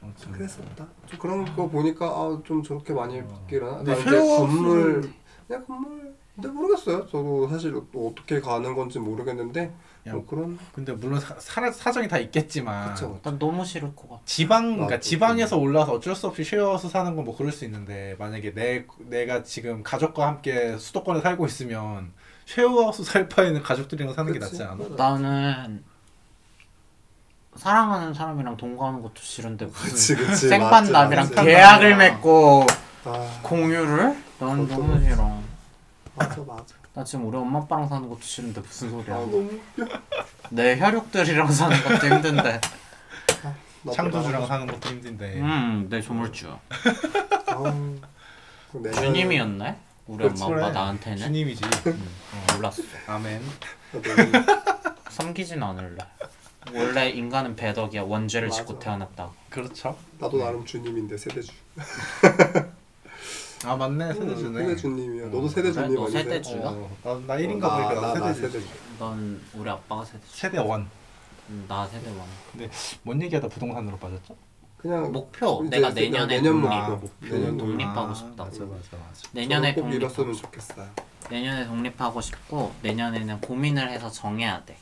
A: 아무튼.
B: 그랬었다. 좀 그런 거 보니까 아, 좀 저렇게 많이
C: 음.
B: 바뀌나?
A: 근데
B: 나 이제
A: 쉐어하우스는-
B: 건물 그냥 건물. 근데 모르겠어요. 저도 사실 어떻게 가는 건지 모르겠는데
A: 야.
B: 뭐 그런
A: 근데 물론 사, 사, 사정이 다 있겠지만
B: 그쵸.
C: 난 너무 싫을 것 같아.
A: 지방 그러니까
B: 나도.
A: 지방에서 올라서 어쩔 수 없이 쉐어하우스 사는 건 뭐 그럴 수 있는데 만약에 내 내가 지금 가족과 함께 수도권에 살고 있으면 쉐어하우스 살 바에는 가족들이랑 사는 게
B: 그치.
A: 낫지 않아?
C: 나는 사랑하는 사람이랑 동거하는 것도 싫은데
B: 그치,
C: 무슨
B: 그치.
C: 생판
B: 맞지,
C: 남이랑
B: 맞지.
C: 계약을 맺고
B: 아
C: 공유를? 난
B: 그것도
C: 너무 싫어.
B: 맞아 맞아.
C: 나 지금 우리 엄마 아빠랑 사는 것도 싫은데 무슨
B: 아
C: 소리야?
B: 너무
C: 내 혈육들이랑 사는 것도 힘든데.
B: 나
A: 창조주랑 사는 것도 힘든데
C: 음, 내 조물주.
B: 아우, 그 내년에-
C: 주님이었네? 우리
B: 그렇지,
C: 엄마 아빠
A: 그래.
C: 나한테는
A: 음. 주님이지. 음.
C: 몰랐어.
A: 아멘.
B: 네.
C: 섬기진 않을래. 원래 인간은 배덕이야. 원죄를
B: 맞아.
C: 짓고 태어났다고.
A: 그렇죠.
B: 나도 나름 주님인데 세대주.
A: 아 맞네 세대주네.
B: 세대주님이야. 너도 세대주님
C: 그래? 너
B: 아니세요?
C: 세대주야?
B: 어.
A: 나, 나 1인가
B: 어, 나-
A: 보니까
B: 나-
A: 나,
B: 나
A: 세대주.
B: 세대주.
C: 넌 우리 아빠가 세대.
A: 세대 원.
C: 음, 나 세대 원.
A: 근데 뭔 얘기하다 부동산으로 빠졌죠?
B: 그냥
C: 목표.
B: 이제
C: 내가
B: 이제
C: 내년에
B: 내년
C: 독립.
B: 목표. 내년 독립.
C: 독립. 독립하고
A: 아,
C: 싶다.
A: 맞아 맞아 맞아.
B: 저는
C: 내년에
B: 꼭
C: 독립. 음.
B: 이뤘으면 좋겠어요.
C: 내년에 독립하고 싶고 내년에는 고민을 해서 정해야 돼.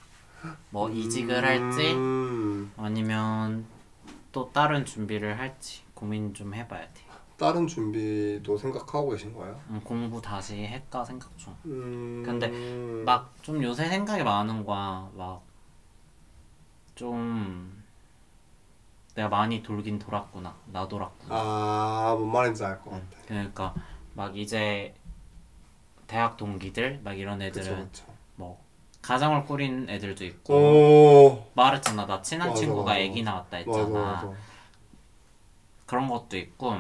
C: 뭐 이직을 할지
B: 음,
C: 아니면 또 다른 준비를 할지 고민 좀 해봐야 돼.
B: 다른 준비도 생각하고 계신 거예요?
C: 음, 공부 다시 할까 생각 중.
B: 음,
C: 근데 막 좀 요새 생각이 많은 거야. 막 좀 내가 많이 돌긴 돌았구나. 나 돌았구나.
B: 아뭔 말인지 알 것 같아.
C: 그러니까 막 이제 대학 동기들 막 이런
B: 그쵸
C: 애들은
B: 그쵸.
C: 뭐 가정을 꾸린 애들도 있고
B: 오
C: 말했잖아. 나 친한
B: 어. 맞아,
C: 친구가
B: 맞아.
C: 애기
B: 맞아
C: 낳았다 했잖아.
B: 맞아.
C: 그런 것도 있고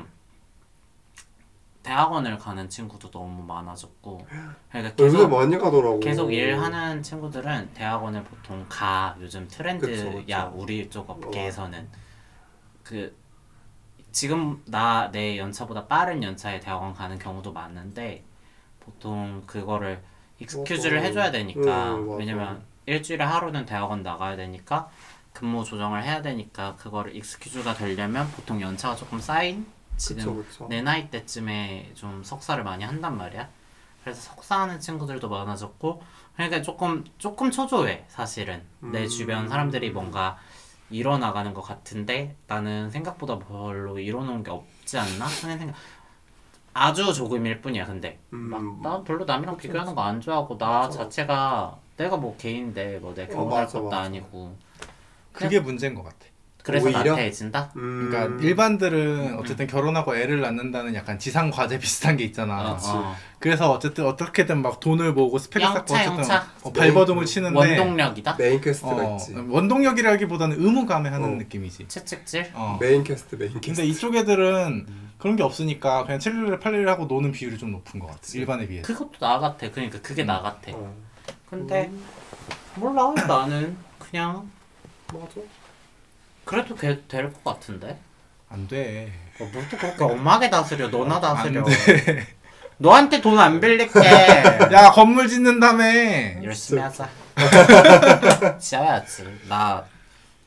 C: 대학원을 가는 친구도 너무 많아졌고 그러니까
B: 요새
C: 계속
B: 많이 가더라고.
C: 계속 일하는 친구들은 대학원을 보통 가 요즘 트렌드야
B: 그쵸, 어. 그쵸.
C: 우리 쪽 업계에서는 그 지금 나 내 연차보다 빠른 연차에 대학원 가는 경우도 많은데 보통 그거를 익스큐즈를
B: 맞아.
C: 해줘야 되니까
B: 음, 맞아.
C: 왜냐면 일주일에 하루는 대학원 나가야 되니까 근무 조정을 해야 되니까 그거를 익스큐즈가 되려면 보통 연차가 조금 쌓인 지금
B: 그쵸 그쵸.
C: 내 나이 때쯤에 좀 석사를 많이 한단 말이야. 그래서 석사하는 친구들도 많아졌고, 그러니까 조금 조금 초조해 사실은 내
B: 음.
C: 주변 사람들이 뭔가 일어나가는 것 같은데 나는 생각보다 별로 일어놓은 게 없지 않나 하는 생각. 아주 조금일 뿐이야. 근데
B: 음.
C: 막 나 별로 남이랑 비교하는 거 안 좋아하고 나
B: 맞아.
C: 자체가 내가 뭐 개인데 뭐 내
B: 어,
C: 결혼할
B: 맞아,
C: 것도
B: 맞아.
C: 아니고
A: 그게 문제인 것 같아.
C: 그래서
B: 오히려?
C: 나태해진다?
B: 음,
A: 그러니까 일반들은
C: 음.
A: 어쨌든 결혼하고 애를 낳는다는 약간 지상 과제 비슷한 게 있잖아.
C: 어, 어.
A: 그래서 어쨌든 어떻게든 막 돈을 모으고 스펙을
C: 영차,
A: 쌓고 어쨌든
C: 영차.
A: 어, 발버둥을 치는데
C: 원동력이다?
B: 메인 퀘스트가
A: 어,
B: 있지.
A: 원동력이라기보다는 의무감에 하는
B: 어.
A: 느낌이지.
C: 채찍질?
A: 어.
B: 메인 퀘스트 메인 퀘스트.
A: 근데 이쪽 애들은
C: 음.
A: 그런 게 없으니까 그냥 7일을 8일을 하고 노는 비율이 좀 높은 것 같아. 일반에 비해.
C: 그것도 나 같아. 그러니까 그게 나 같아. 음.
B: 어.
C: 근데 몰라 나는 그냥
B: 맞아.
C: 그래도 될것 같은데.
A: 안 돼.
C: 어, 뭘또 그렇게 엄하게 다스려? 너나 다스려.
A: 아, 안 돼.
C: 너한테 돈 안 빌릴게.
A: 야 건물 짓는다며.
C: 열심히 하자. 지어야지. 나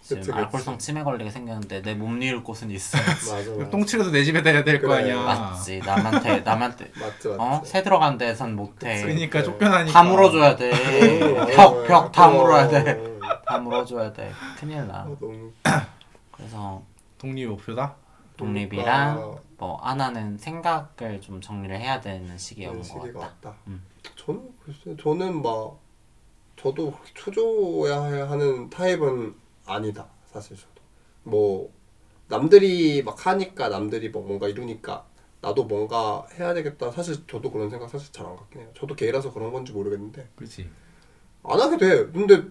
C: 지금
B: 그치, 그치.
C: 알코올성 치매 걸리게 생겼는데 내 못 이을 곳은 있어.
B: 맞아.
C: 그
B: 맞아.
A: 똥칠해서 내 집에 대야 될 거
B: 그래.
A: 아니야.
C: 맞지. 남한테 남한테
B: 맞지 맞지.
C: 어? 새 들어간 데선 못해.
A: 그러니까 쫓겨나니까.
C: 다 물어줘야 돼. 벽, 벽 다 물어야 돼.
B: 어,
C: 다 물어줘야 돼. 큰일 나.
B: 어, 너무
C: 그래서
A: 독립 목표다.
C: 독립이랑
B: 뭔가
C: 뭐 하나는 생각을 좀 정리를 해야 되는 시기에 온 것
B: 시기가
C: 같다.
B: 왔다.
C: 음.
B: 저는 글쎄 저는 막 저도 그렇게 초조해야 하는 타입은 아니다 사실 저도 뭐 남들이 막 하니까 남들이 뭐 뭔가 이루니까 나도 뭔가 해야 되겠다 사실 저도 그런 생각 사실 잘 안 갖긴 해요 저도 게이라서 그런 건지 모르겠는데
A: 그렇지.
B: 안 하게 돼 근데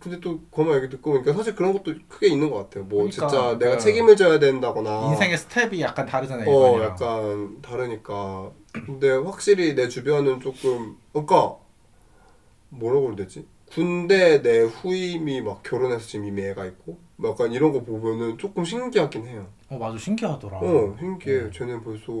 B: 근데 또 그만 얘기 듣고 보니까 사실 그런 것도 크게 있는 것 같아요 뭐
A: 그러니까,
B: 진짜 내가
A: 그
B: 책임을 져야 된다거나
A: 인생의 스텝이 약간 다르잖아요.
B: 아. 어
A: 일반이랑.
B: 약간 다르니까 근데 확실히 내 주변은 조금 그러니까 뭐라고 해야 되지 군대 내 후임이 막 결혼해서 지금 이미 애가 있고 뭐 약간 이런 거 보면은 조금 신기하긴 해요
A: 어 맞아 신기하더라.
B: 어 신기해
A: 어.
B: 쟤는 벌써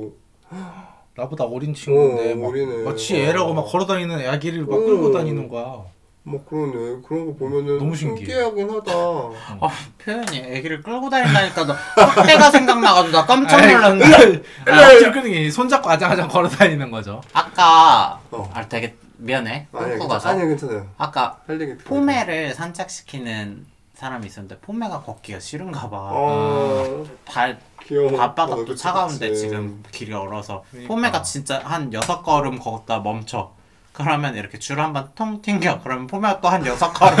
A: 나보다 어린 친구인데
B: 어,
A: 막
B: 어리네.
A: 마치 애라고 막 걸어다니는 아기를 막
B: 어.
A: 끌고 다니는 거야.
B: 막 그러네 그런 거 보면은
A: 너무 신기해.
B: 신기하긴 하다
C: 아, 표현이 애기를 끌고 다닌다니까 너 확대가 생각나가지고 나 깜짝 놀랐는데
A: 아기를 끄는 게 아니라 손잡고 아장아장 걸어다니는 거죠.
C: 아까
B: 어.
C: 아 되게 미안해
B: 아니야
C: 끊고
B: 괜찮-
C: 가서
B: 아니야 괜찮아요
C: 아까
B: 할 얘기 듣고
C: 포메를 산책시키는 사람이 있었는데 포메가 걷기가 싫은가 봐.
A: 아.
B: 어
C: 발
B: 귀여워
C: 바빠가
B: 어,
C: 또
B: 그치,
C: 차가운데
B: 그치. 음.
C: 지금 길이 얼어서
A: 그러니까.
C: 포메가 진짜 한 여섯 걸음 걷다 멈춰 그러면 이렇게 줄 한 번 통 튕겨 그러면 포메가 또 한 여섯 걸음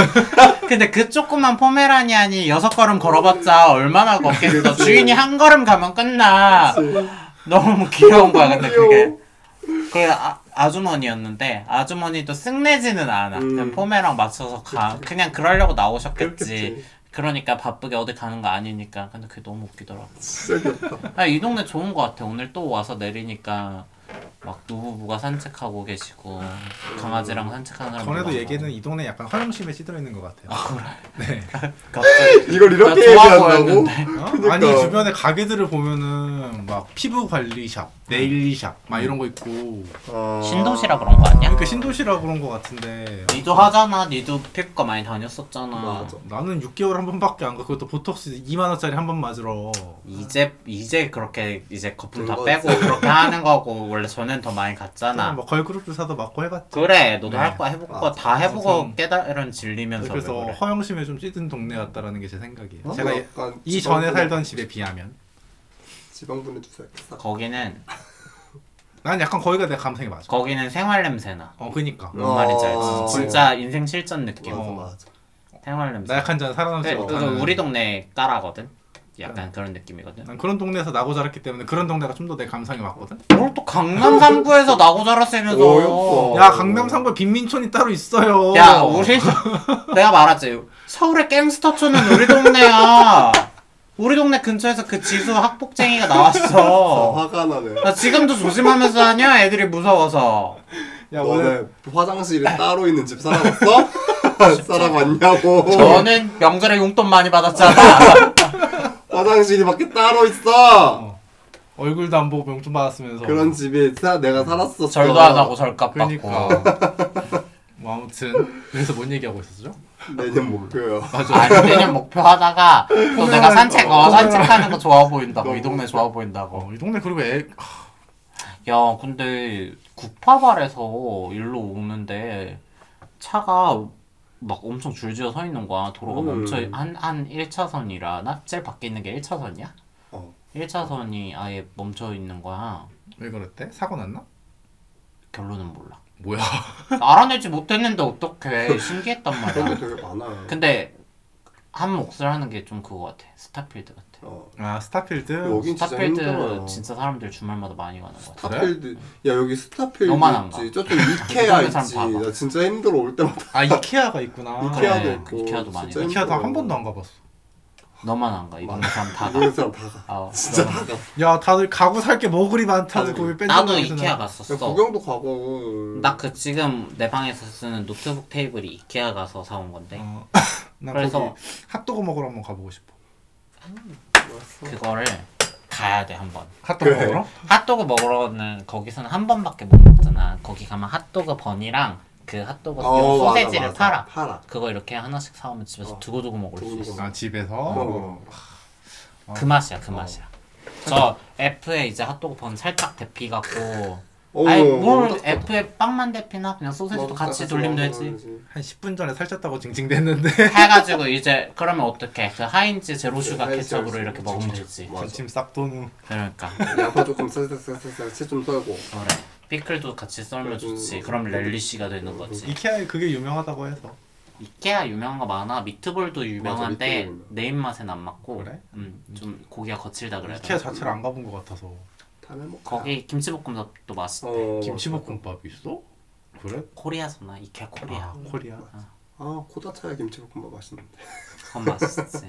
C: 근데 그 조그만 포메라니안이 여섯 걸음 걸어봤자 얼마나 걷겠어 주인이 한 걸음 가면 끝나 너무 귀여운 거야 근데 그게
B: 귀여워.
C: 그게 아, 아주머니였는데 아주머니도 쓱내지는 않아
B: 음.
C: 그냥 포메랑 맞춰서 가 그냥 그러려고 나오셨겠지
B: 그렇겠지
C: 그러니까 바쁘게 어디 가는 거 아니니까 근데 그게 너무 웃기더라고
B: 진짜 귀엽다
C: 아, 이 동네 좋은 것 같아. 오늘 또 와서 내리니까 막 노부부가 산책하고 계시고 강아지랑 산책하는 사람.
A: 전에도 얘기는 이 동네 약간 화영심에 찌들어 있는 것 같아요.
C: 갑자기
B: 이걸 이렇게
C: 나 좋아
B: 얘기한다고?
C: 보였는데.
A: 어?
B: 그러니까.
A: 아니 주변에 가게들을 보면은 막 피부 관리샵, 네일샵 막 이런 거 있고.
B: 아.
C: 신도시라 그런 거 아니야?
A: 그러니까 신도시라 그런 거 같은데.
C: 니도 하잖아. 니도 피부과 많이 다녔었잖아.
B: 맞아.
A: 나는 6개월 한 번밖에 안 가. 그것도 보톡스 2만 원짜리 한 번 맞으러.
C: 이제 이제 그렇게 이제 거품 다
B: 그거지.
C: 빼고 그렇게 하는 거고 원래 전엔 더 많이 갔잖아.
A: 막 걸그룹도 사도 맞고 해봤지.
C: 그래, 너도
A: 뭐 네.
C: 할 거 해볼 거 다 해보고
A: 항상.
C: 깨달은 진리면서 왜
A: 그래서
C: 그래.
A: 허영심에 좀 찌든 동네 같다라는 게 제 생각이에요.
B: 어?
A: 제가
B: 약간
A: 이 전에
B: 지방분해-
A: 살던 집에 비하면
B: 지방분해 주사 싹
C: 거기는
A: 난 약간 거기가 내 감성이 맞아.
C: 거기는 생활 냄새나.
A: 어 그니까
C: 뭔 말인지
B: 어.
C: 알지? 진짜 인생 실전 느낌.
B: 맞아
A: 어.
B: 맞아
C: 생활 냄새.
A: 나약한 자는 살아남지
C: 근데 네, 그거
A: 못하는.
C: 우리 동네 까라거든. 약간 그런 느낌이거든.
A: 난 그런 동네에서 나고 자랐기 때문에 그런 동네가 좀 더 내 감성에 맞거든.
C: 오늘 또 강남 3구에서 나고
B: 오,
C: 자랐으면서.
B: 예뻐.
A: 야 강남 상부에 빈민촌이 따로 있어요.
C: 야 우리 내가 말하지. 서울의 갱스터촌은 우리 동네야. 우리 동네 근처에서 그 지수 학폭쟁이가
B: 어.
C: 나왔어.
B: 화가 나네
C: 나 지금도 조심하면서 다녀. 애들이 무서워서.
A: 야뭐 오늘
B: 너네 화장실이 따로 있는 집 살아봤어? 살아봤냐고
C: 저는 명절에 용돈 많이 받았잖아.
B: 화장실이 밖에 따로 있어
A: 어. 얼굴도 안 보고 명품 받았으면서.
B: 그런 어. 집에 사, 내가 살았었어
C: 절도 안 하고 절값 받고.
A: 그러니까. 뭐 아무튼 그래서 뭔 얘기하고 있었죠?
B: 내년 목표야
C: 아니 내년 목표 하다가 또 내가 산책 어 산책하는 거 좋아 보인다고
B: 너무
C: 이 동네 좋아 보인다고
A: 어, 이 동네 그리고 애
C: 야 근데 구파발에서 일로 오는데 차가 막 엄청 줄지어 서 있는 거야 도로가
B: 음.
C: 멈춰 한한 1차선이라 나 제일 밖에 있는 게 1차선이야?
B: 어.
C: 1차선이 아예 멈춰 있는 거야
A: 왜 그랬대? 사고 났나?
C: 결론은 몰라
A: 뭐야?
C: 알아내지 못했는데 어떡해 신기했단
B: 그런 게
C: 말이야
B: 되게 많아요
C: 근데 한 몫을 하는 게 좀 그거 같아. 스타필드 같아.
B: 어.
A: 아 스타필드
B: 여긴 진짜 힘들어요.
C: 스타필드 진짜 사람들 주말마다 많이 가는 거 같아.
B: 스타필드 야 여기 스타필드
C: 너만 안 가.
B: 있지 저쪽 이케아
C: 그 사람
B: 있지
C: 봐봐.
B: 나 진짜 힘들어 올 때마다
A: 아 이케아가 있구나
B: 이케아도
C: 그래.
B: 있고
C: 이케아도 많이
B: 진짜
C: 가.
A: 이케아
B: 힘들어.
A: 나한 번도 안 가봤어
C: 너만 안 가. 이번 사람 다 가.
B: 모르는 사람 다가
C: 아,
B: 진짜
C: 그럼-
B: 다가
A: 야 다들 가구 살 게 뭐 그리 많다고
B: 아니,
A: 거기 뺀
C: 나도 이케아 갔었어.
B: 구경도 가고
C: 나 그 지금 내 방에서 쓰는 노트북 테이블이 이케아 가서 사온 건데
A: 어, 나
C: 그래서-
A: 거기 핫도그 먹으러 한번 가보고 싶어
C: 그거를 가야 돼 한번.
A: 핫도그
B: 그래.
A: 먹으러?
C: 핫도그 먹으러는 거기서는 한 번밖에 못 먹잖아. 거기 가면 핫도그 번이랑 그 핫도그
B: 어, 맞아,
C: 소세지를
B: 맞아.
C: 팔아.
B: 팔아
C: 그거 이렇게 하나씩 사오면 집에서
B: 어.
C: 두고두고 먹을 수
B: 두고두고
C: 있어.
A: 아 집에서
B: 어.
C: 그 맛이야, 그 맛이야. 저 F에 이제 핫도그 번 살짝 데피 갖고.
B: 어,
C: 아니
B: 어,
C: 뭘
B: 딱 좋다.
C: F에 빵만 데피나 그냥 소세지도
B: 먹었다,
C: 같이
B: 같이
C: 돌리면 되지.
B: 먹으면
A: 한 10분 전에 살쪘다고 징징댔는데
C: 해가지고 이제 그러면 어떡해? 그 하인즈 제로 슈가
B: 하인즈
C: 케첩으로
B: 제로
C: 이렇게
B: 슈가
C: 먹으면
B: 케첩.
C: 되지.
B: 맞아.
A: 전침 싹 도는
C: 그러니까
B: 양파 조금 쌀쌀쌀쌀 채좀 썰고
C: 그래. 피클도 같이 썰면
B: 그래도-
C: 좋지. 그럼 렐리시가 되는 거지.
A: 이케아에 그게 유명하다고 해서
C: 이케아 유명한 거 많아. 미트볼도 유명한데
B: 맞아, 미트볼.
C: 내 입맛엔 안 맞고.
A: 그래?
C: 음, 좀 고기가 거칠다 그래야
A: 이케아
C: 되나?
A: 자체를 안 가본 것 같아서
B: 어, 다음에 먹자
C: 거기 김치볶음밥도 맛있대.
B: 어,
A: 김치볶음밥 있어? 그래?
C: 코리아잖아. 이케아 코리아.
A: 아, 코리아
B: 아 코다차야 김치볶음밥 맛있는데
C: 그건 맛있지.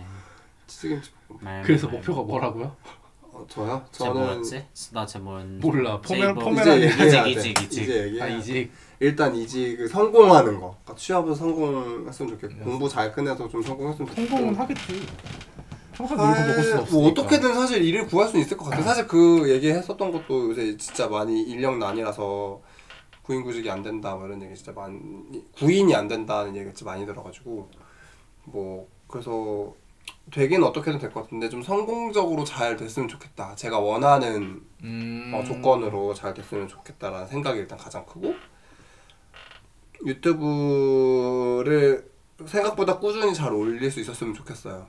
B: 치즈 김치볶음밥
C: 말,
A: 그래서
C: 말.
A: 목표가 뭐라고요?
B: 어, 저요?
C: 쟤
B: 저는
C: 뭐였지? 나쟤 뭐였는지
A: 몰라 포메,
C: 이거-
A: 포메라니아
C: 이제-
B: 얘기해야
C: 이직,
B: 돼.
C: 이직, 이직.
B: 이제 얘기해야
A: 아
B: 돼.
A: 이직
B: 일단 이직을 성공하는 거. 그러니까 취업을 성공했으면
C: 네.
B: 좋겠고 공부 잘 끝내서 좀 성공했으면 좋겠고.
A: 성공은 하겠지 항상
B: 아,
A: 놀고 먹을 수 없으니까
B: 음. 뭐 어떻게든 사실 일을 구할 수는 있을 것 같아. 사실 그 얘기했었던 것도 요새 진짜 많이 인력 난이라서 구인구직이 안 된다 뭐 이런 얘기 진짜 많이 구인이 안 된다는 얘기가 진짜 많이 들어가지고 뭐 그래서 되긴 어떻게든 될 것 같은데 좀 성공적으로 잘 됐으면 좋겠다. 제가 원하는
A: 음...
B: 어, 조건으로 잘 됐으면 좋겠다라는 생각이 일단 가장 크고 유튜브를 생각보다 꾸준히 잘 올릴 수 있었으면 좋겠어요.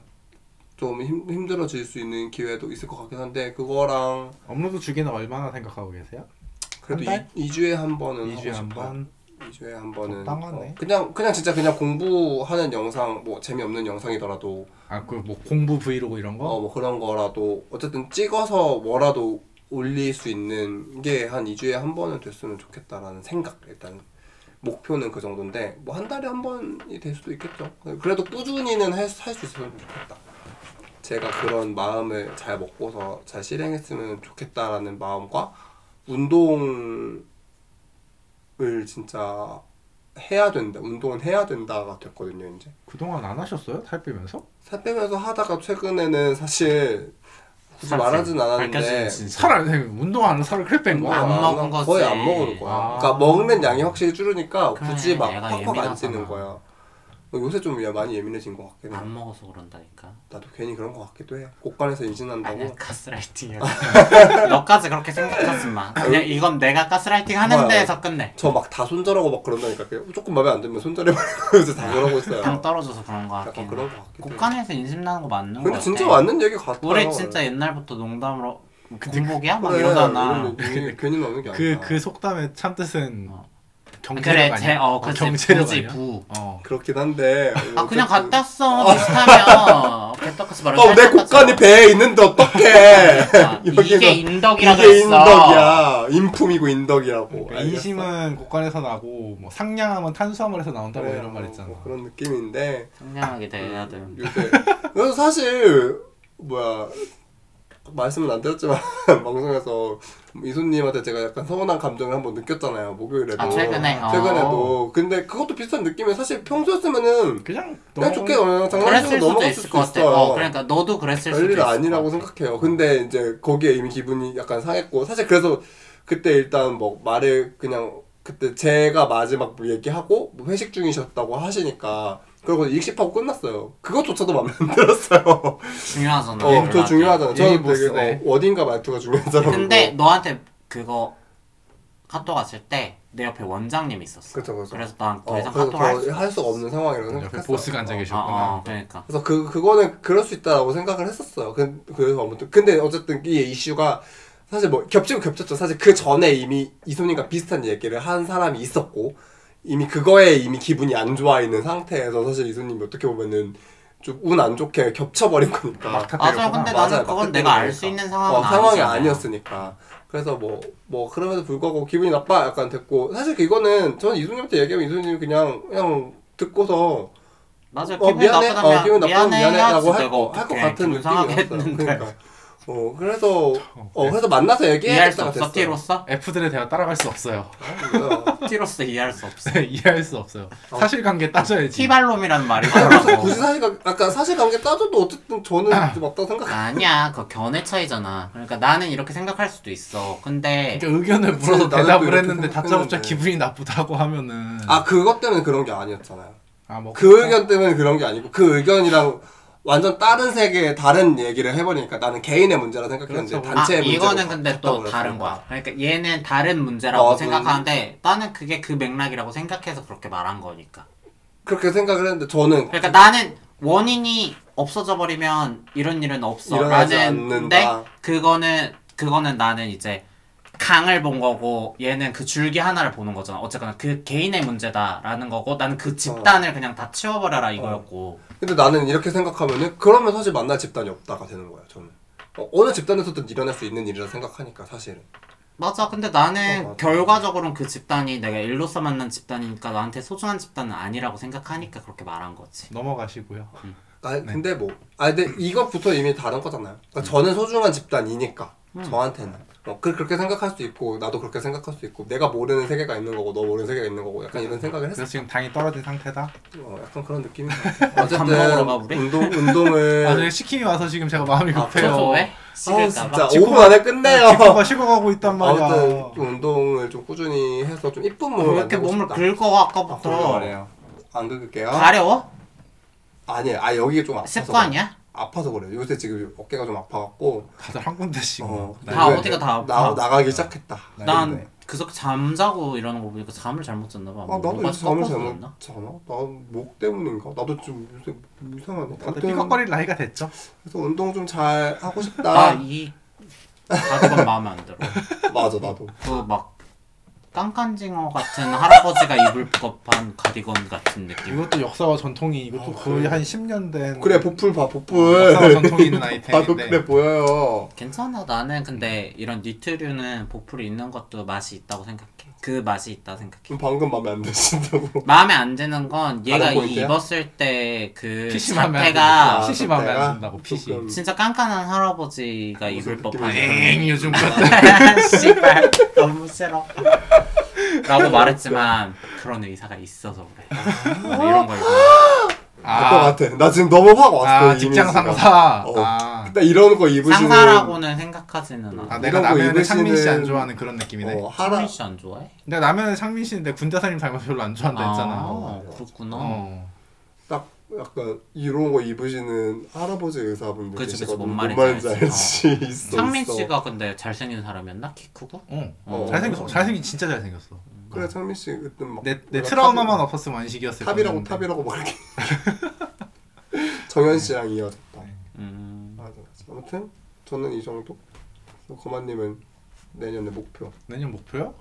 B: 좀 힘, 힘들어질 수 있는 기회도 있을 것 같긴 한데 그거랑
A: 업로드 주기는 얼마나 생각하고 계세요?
B: 그래도
A: 한 달?
B: 2, 주에한 번은
A: 2주에
B: 음, 하고 싶어요.
A: 한번
B: 2주에 한 번은
A: 적당하네.
B: 어, 그냥 그냥 진짜 그냥 공부하는 영상 뭐 재미없는 영상이더라도
A: 아 그 뭐 공부 브이로그 이런
B: 어
A: 거?
B: 뭐 그런 거라도 어쨌든 찍어서 뭐라도 올릴 수 있는 게 한 2주에 한 번은 됐으면 좋겠다라는 생각 일단 목표는 그 정도인데 뭐 한 달에 한 번이 될 수도 있겠죠 그래도 꾸준히는 할 수 있으면 좋겠다 제가 그런 마음을 잘 먹고서 잘 실행했으면 좋겠다라는 마음과 운동을 진짜 해야 된다 운동은 해야 된다가 됐거든요 이제
A: 그동안 안 하셨어요? 살 빼면서?
B: 살 빼면서 하다가 최근에는 사실 굳이
C: 사실
B: 말하진 않았는데
C: 그러니까 밝혀지는 진짜.
A: 살 안, 운동하는 살을 그래 뺀
B: 뭐
A: 거야?
C: 안 먹은 거지.
B: 거의 안 먹은 거야.
A: 아.
B: 그러니까 먹는 양이 확실히 줄으니까
C: 그래,
B: 굳이 막
C: 얘가
B: 팍팍 안
C: 예민하잖아.
B: 찌는 거야. 요새 좀 야, 많이 예민해진 것 같긴 해.
C: 안 먹어서 그런다니까.
B: 나도 괜히 그런 것 같기도 해. 곡간에서
C: 아니야
B: 임신한다고.
C: 가스라이팅이야. 뭐. 너까지 그렇게 생각하지 마. 그냥 이건 내가 가스라이팅 하는
B: 뭐야?
C: 데에서 끝내.
B: 저 막 다 손절하고 막 그런다니까. 그냥 조금 마음에 안 들면 손절해버리고 요새 다 그러고 있어요.
C: 당 떨어져서 아, 그런 거
B: 약간
C: 같긴.
B: 그런
C: 해.
B: 것 같기도 해.
C: 국한에서 인심 나는 거 맞는 거 같아.
B: 근데 진짜 맞는 얘기 같아요.
C: 우리 진짜 옛날부터 농담으로 뭐 군복이야 막
B: 그래,
C: 이러잖아.
B: 이런 얘기 괜히 나오는 게
A: 그,
B: 아니야.
A: 그 속담의 참뜻은
C: 어.
A: 경제력
C: 그래
A: 아니야?
C: 제어 그치
A: 경제력
C: 부지
A: 아니야?
C: 부.
A: 어.
B: 그렇긴 한데.
C: 아
B: 어쨌든-
C: 그냥 갔다 써 비슷하면 개떡같이 말을
B: 어, 내
C: 살짝
B: 곡간이
C: 깠어.
B: 배에 있는데 어떡해.
C: 이게
B: 여기는-
C: 인덕이라
B: 이게
C: 그랬어.
B: 인덕이야. 인품이고 인덕이라고.
A: 그러니까 인심은 곡간에서 나고 뭐 상냥함은 탄수화물에서
B: 알겠어?
A: 나온다고
B: 그래요.
A: 이런 말 있잖아.
B: 뭐 그런 느낌인데
C: 상냥하게 대해야 돼.
B: 요새 그래서 사실 뭐야 말씀은 안 드렸지만 방송에서 이수님한테 제가 약간 서운한 감정을 한번 느꼈잖아요 목요일에도
C: 아, 최근에? 어.
B: 최근에도 근데 그것도 비슷한 느낌이 사실 평소였으면은
A: 그냥
B: 그냥
A: 너무-
B: 좋게 그냥 장난치고
C: 그랬을 수도
B: 넘어갔을
C: 있을
B: 수도
C: 것 같아.
B: 있어요.
C: 어 그러니까 너도 그랬을 수도 있을
B: 별일
C: 것
B: 아니라고
C: 같아.
B: 생각해요. 근데 이제 거기에 이미 기분이 약간 상했고 사실 그래서 그때 일단 뭐 말을 그냥 그때 제가 마지막 뭐 얘기하고 뭐 회식 중이셨다고 하시니까 그러고 익십하고 끝났어요. 그것조차도 마음에 안 들었어요.
C: 음, 중요하잖아.
B: 어, 더
C: 연락이.
B: 중요하잖아.
A: 얘기
B: 저는 뭐
A: 못
B: 되게
A: 쓰네.
B: 어, 어딘가 말투가 중요하잖아.
C: 근데 너한테 그거 카톡 왔을 때 내 옆에 원장님이 있었어.
B: 그쵸, 그쵸.
C: 래서 난 더 이상
B: 그래서
C: 카톡을 할
B: 더
C: 수.
B: 할 수가 없는 상황이라고
A: 옆에
B: 생각했어요.
A: 그 보스가 앉아
B: 어.
C: 아,
A: 계셨구나.
C: 아, 그러니까.
B: 그래서 그 그거는 그럴 수 있다라고 생각을 했었어요. 그, 그래서 아무튼 근데 어쨌든 이 이슈가 사실 뭐 겹치고 겹쳤죠. 사실 그 전에 이미 이소님과 비슷한 얘기를 한 사람이 있었고 이미 그거에 이미 기분이 안 좋아 있는 상태에서 사실 이소님이 어떻게 보면은 좀 운 안 좋게 겹쳐버린 거니까.
A: 막 다
C: 맞아.
A: 때렸구나.
C: 근데
B: 맞아요.
C: 나는
B: 막
C: 그건 내가 알
B: 때리니까.
C: 수 있는 상황은
B: 어, 상황이
C: 아니잖아요.
B: 아니었으니까. 그래서 뭐, 뭐, 그럼에도 불구하고 기분이 나빠 약간 됐고. 사실 이거는 전 이수님한테 얘기하면 이수님이 그냥, 그냥 듣고서
C: 맞아.
B: 어,
C: 기분이
B: 미안해, 어, 기분
C: 나쁘다면
B: 나쁘면
C: 미안해 뭐. 네, 해야지
B: 미안해라고 할
C: 내가
B: 것
C: 어떻게
B: 같은
C: 기분 상하게
B: 느낌이었어요.
C: 했는데
B: 그러니까. 어, 그래서, 어,
A: 그래.
B: 그래서 만나서
C: 네. 이해할 수
B: 얘기해야겠다
C: 없어.
B: 됐어요.
C: 티로서?
A: F들의 대화 따라갈 수 없어요.
B: 어,
C: 티로서 이해할 수 없어.
A: 이해할 수 없어요.
B: 어.
A: 사실관계 따져야지.
C: 티발롬이라는 말이
B: 그래서
C: 나와서.
B: 굳이 사실, 아까 사실관계 따져도 어쨌든 저는
C: 아.
B: 맞다고 생각해요.
C: 아니야. 그 견해 차이잖아. 그러니까 나는 이렇게 생각할 수도 있어. 근데
A: 그러니까 의견을
B: 그치,
A: 물어서
B: 나는 또
A: 대답을
B: 이렇게
A: 했는데 다짜고짜
B: 생각했는데.
A: 기분이 나쁘다고 하면은
B: 아, 그것 때문에 그런 게 아니었잖아요.
A: 아, 뭐
B: 그 의견 때문에 그런 게 아니고 그 의견이랑 완전 다른 세계의 다른 얘기를 해버리니까 나는 개인의 문제라 생각했는데
A: 그렇죠.
B: 단체의
C: 아,
B: 문제
C: 이거는 근데 또 다른 거야. 그러니까 얘는 다른 문제라고
B: 어, 그-
C: 생각하는데 나는 그게 그 맥락이라고 생각해서 그렇게 말한 거니까.
B: 그렇게 생각을 했는데 저는
C: 그러니까 나는 원인이 없어져 버리면 이런 일은
B: 일어나지
C: 없어라는데
B: 않는다.
C: 그거는 그거는 나는 이제 강을 본 거고 얘는 그 줄기 하나를 보는 거잖아. 어쨌거나 그 개인의 문제다라는 거고 나는 그
B: 어.
C: 집단을 그냥 다 치워버려라 이거였고.
B: 근데 나는 이렇게 생각하면은 그러면 사실 만날 집단이 없다가 되는 거야 저는 어, 어느 집단에서든 일어날 수 있는 일이라 생각하니까 사실은
C: 맞아. 근데 나는
B: 어, 맞아.
C: 결과적으로는 그 집단이 내가 일로서 만난 집단이니까 나한테 소중한 집단은 아니라고 생각하니까 그렇게 말한 거지.
A: 넘어가시고요.
B: 아
C: 네.
B: 근데 뭐아 근데 이것부터 이미 다른 거잖아요
C: 음.
B: 그러니까 저는 소중한 집단이니까 저한테는 어, 그, 그렇게 생각할 수 있고 나도 그렇게 생각할 수 있고 내가 모르는 세계가 있는 거고 너 모르는 세계가 있는 거고 약간 이런 생각을 했어
A: 그래서 지금 당이 떨어진 상태다.
B: 어, 약간 그런 느낌이
C: 밥 먹으러 가, 우리?
B: 운동 운동을
A: 나중에 시킴이 와서 지금 제가 마음이
B: 아,
A: 급해요. 네,
C: 그래서 왜?
B: 아우,
C: 식을까봐.
B: 진짜 5분 안에 끝내요.
C: 네,
A: 기쁨과 식어가고 있단 말이야.
B: 아무튼 좀 운동을 좀 꾸준히 해서 좀 이쁜
C: 왜
B: 몸을
C: 이렇게
B: 만들고
C: 몸을
B: 어,
C: 그-
B: 싶다.
C: 긁어
B: 아,
C: 아까부터
B: 그래요. 안 긁을게요.
C: 가려워?
B: 아니, 아 여기 좀 아파서
C: 습관이야?
B: 그래. 아파서 그래. 요새 지금 어깨가 좀 아파갖고.
A: 다들 한 군데씩. 네.
B: 어,
A: 나-
C: 다
B: 왜-
C: 어디가 다 아파?
B: 나 나가기 시작했다.
C: 난 그저께 잠자고 이러는 거 보니까 잠을 잘못 잤나 봐.
B: 아
C: 뭐
B: 나도
C: 뭐가
B: 요새 잠을
C: 섞어서
B: 잘못
C: 그랬나?
B: 자나? 나목 때문인가? 나도 좀 요새 이상하네.
A: 다들
B: 아무튼
A: 삐걱거릴 나이가 됐죠.
B: 그래서 운동 좀 잘 하고 싶다.
C: 아, 나이 가족은 마음에 안 들어.
B: 맞아 나도.
C: 그 막 깐깐징어 같은 할아버지가 입을 법한 가디건 같은 느낌.
A: 이것도 역사와 전통이 이것도
B: 아,
A: 거의
B: 그래.
A: 한 10년 된
B: 그래 보풀 봐
C: 어,
A: 역사와
B: 보풀.
A: 전통이 있는
B: 나도
A: 아이템인데
B: 그래 보여요.
C: 괜찮아 나는 근데 이런 니트류는 보풀이 있는 것도 맛이 있다고 생각해. 그 맛이 있다 생각해.
B: 그럼 방금 마음에 안 드신다고.
C: 마음에 안 드는 건 얘가
B: 다른
C: 이
B: 포인트야?
C: 입었을 때그
A: PC 맘에 안
C: 자태가
A: 아, PC 맘에 안 든다고, PC.
B: 조금
C: 진짜 깐깐한 할아버지가 입을
B: 무슨
C: 법한
B: 느낌이야?
A: 엥 요즘
C: 씨발 너무 싫어 라고 말했지만 그런 의사가 있어서 그래 뭐 이런 걸
B: 알것
A: 아,
B: 같아. 나 지금 너무 확 왔어.
A: 아
B: 이
A: 직장
B: 이미지가.
A: 상사
B: 어.
A: 아,
B: 나 이런 거 입으시는
C: 상사라고는 생각하지는 않아
A: 아 내가
B: 이러고
A: 남현의 상민 씨 안
B: 입으시는-
A: 좋아하는 그런 느낌이네
B: 어, 하라.
C: 하민 씨안 좋아해?
A: 근데 남현의 상민 씨인데 군대사님 닮아서 별로 안 좋아한다 했잖아
C: 아, 그렇구나
A: 어.
B: 딱 약간 이런 거 입으시는 할아버지 의사분들
C: 그치, 그치,
B: 계시거든.
C: 뭔 말인지
B: 알지. 있어.
C: 상민
B: 있어.
C: 씨가 근데 잘생긴 사람이었나? 키 크고?
A: 어.
B: 어.
A: 잘생겼어 잘생긴 진짜 잘생겼어
B: 그래 상민 씨 그때 막
A: 내, 내
B: 내가
A: 트라우마만
B: 그러니까 탑이-
A: 없었으면 안식이었을
B: 탑이라고
A: 건데.
B: 탑이라고 막 이렇게. 정현 씨랑 이어졌다.
C: 음...
B: 맞아 네. 맞아. 아무튼 저는 이 정도. 뭐 그래서 거만님은 내년의 목표.
A: 내년 뭐 목표요?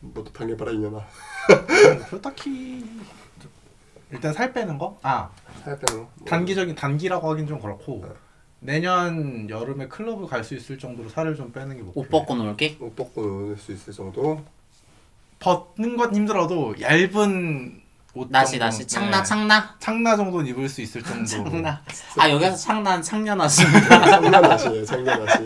B: 너도 달려봐라 이년아. 음.
A: 목표 뭐 딱히 일단 살 빼는 거? 아
B: 살뭐 빼는 거.
A: 단기적인 단기라고 하긴 좀 그렇고
B: 네.
A: 내년 여름에 클럽을 갈 수 있을 정도로 살을 좀 빼는 게뭐 목표.
C: 옷 벗고 놀기?
B: 옷 벗고 놀 수 있을 정도.
A: 벗는 건 힘들어도 얇은 옷
C: 나시
A: 정도는-
C: 나시 창나
A: 네.
C: 창나?
A: 창나 정도는 입을 수 있을 정도.
C: 창나 아 여기서 창나는 창녀나시
B: 장난하시네, 장난하시.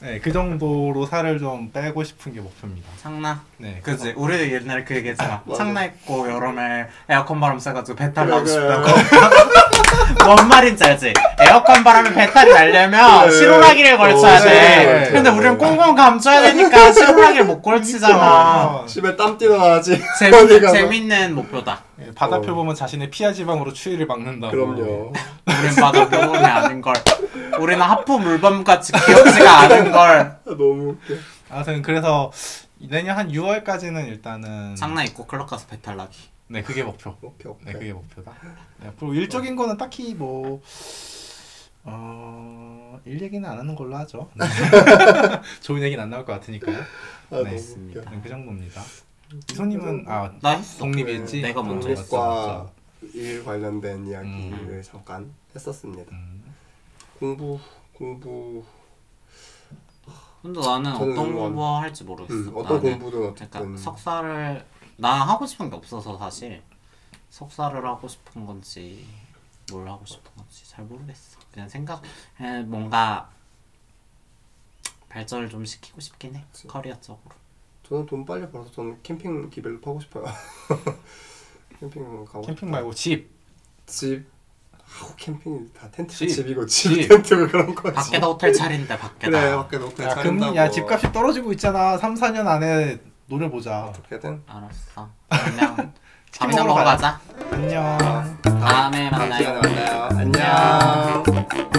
A: 네, 그 정도로 살을 좀 빼고 싶은 게 목표입니다.
C: 창나
A: 네.
C: 그지 우리도 옛날에 그 얘기했잖아
B: 맞아.
C: 창나 있고 여름에 에어컨 바람 쐬가지고 배탈 나고
B: 아. 그래,
C: 싶다고 뭔 말인지 알지? 에어컨 바람에 배탈이 나려면
B: 그래.
C: 실온화기를 걸쳐야
B: 네. 어, 네.
C: 돼
A: 그래.
C: 근데 우리는 꽁꽁 감춰야 되니까 실온화기를 못 걸치잖아
A: 아,
B: 집에 땀 어. 튀어나와지. 뭐.
C: 재밌, 재밌는 목표다
A: 네, 바다표 보면 자신의 피하 지방으로 추위를 막는다고.
B: 그럼요.
C: 우린 바다 병원이 아닌걸 우리는 하프 물범같이 귀엽지가 않은걸
B: 아, 너무 웃겨.
A: 아무튼 그래서 내년 한 6월까지는 일단은
C: 창나 있고 클럽 가서 배탈 나기
A: 네, 그게 목표.
B: 오케이, 오케이.
A: 네, 그게 목표다. 네, 앞으로 일적인 거는 딱히 뭐 어, 일 얘기는 안 하는 걸로 하죠. 네. 좋은 얘기는 안 나올 것 같으니까요.
B: 아, 너무
A: 네,
B: 웃겨.
A: 네, 그 정도입니다. 이소님은 아
C: 나 했어
A: 독립이지.
C: 내가 먼저
B: 독립과 일 관련된 이야기를 잠깐 했었습니다.
A: 음.
B: 공부 공부
C: 근데 나는
B: 저는
C: 어떤
B: 이건-
C: 공부 할지 모르겠어.
B: 음,
A: 아,
B: 어떤
A: 네.
C: 나는
B: 공부든
C: 그러니까
B: 어쨌든
C: 석사를 나 하고 싶은 게 없어서 사실 석사를 하고 싶은 건지 뭘 하고 싶은 건지 잘 모르겠어. 그냥 생각 그냥 뭔가 발전을 좀 시키고 싶긴 해 커리어적으로.
B: 저는 돈 빨리 벌어서 저는 캠핑 기별로 파고 싶어요. 캠핑 가고
A: 캠핑 말고 집.
B: 집 아우 캠핑이 다 텐트
A: 집.
B: 집이고 집,
A: 집.
B: 텐트 왜 그런 거지?
C: 밖에다 호텔 차린다 밖에다.
B: 그래 밖에 놓고
A: 야, 금,
B: 차린다고.
A: 야 집값이 떨어지고 있잖아. 3, 4년 안에 노려보자.
B: 어떻게든
C: 알았어. 그냥
A: 치킨
C: 밤이나
A: 먹으러
C: 먹으러 가자.
A: 안녕.
B: 아,
C: 다음에
B: 다음
C: 만나요.
B: 시간에 만나요. 안녕.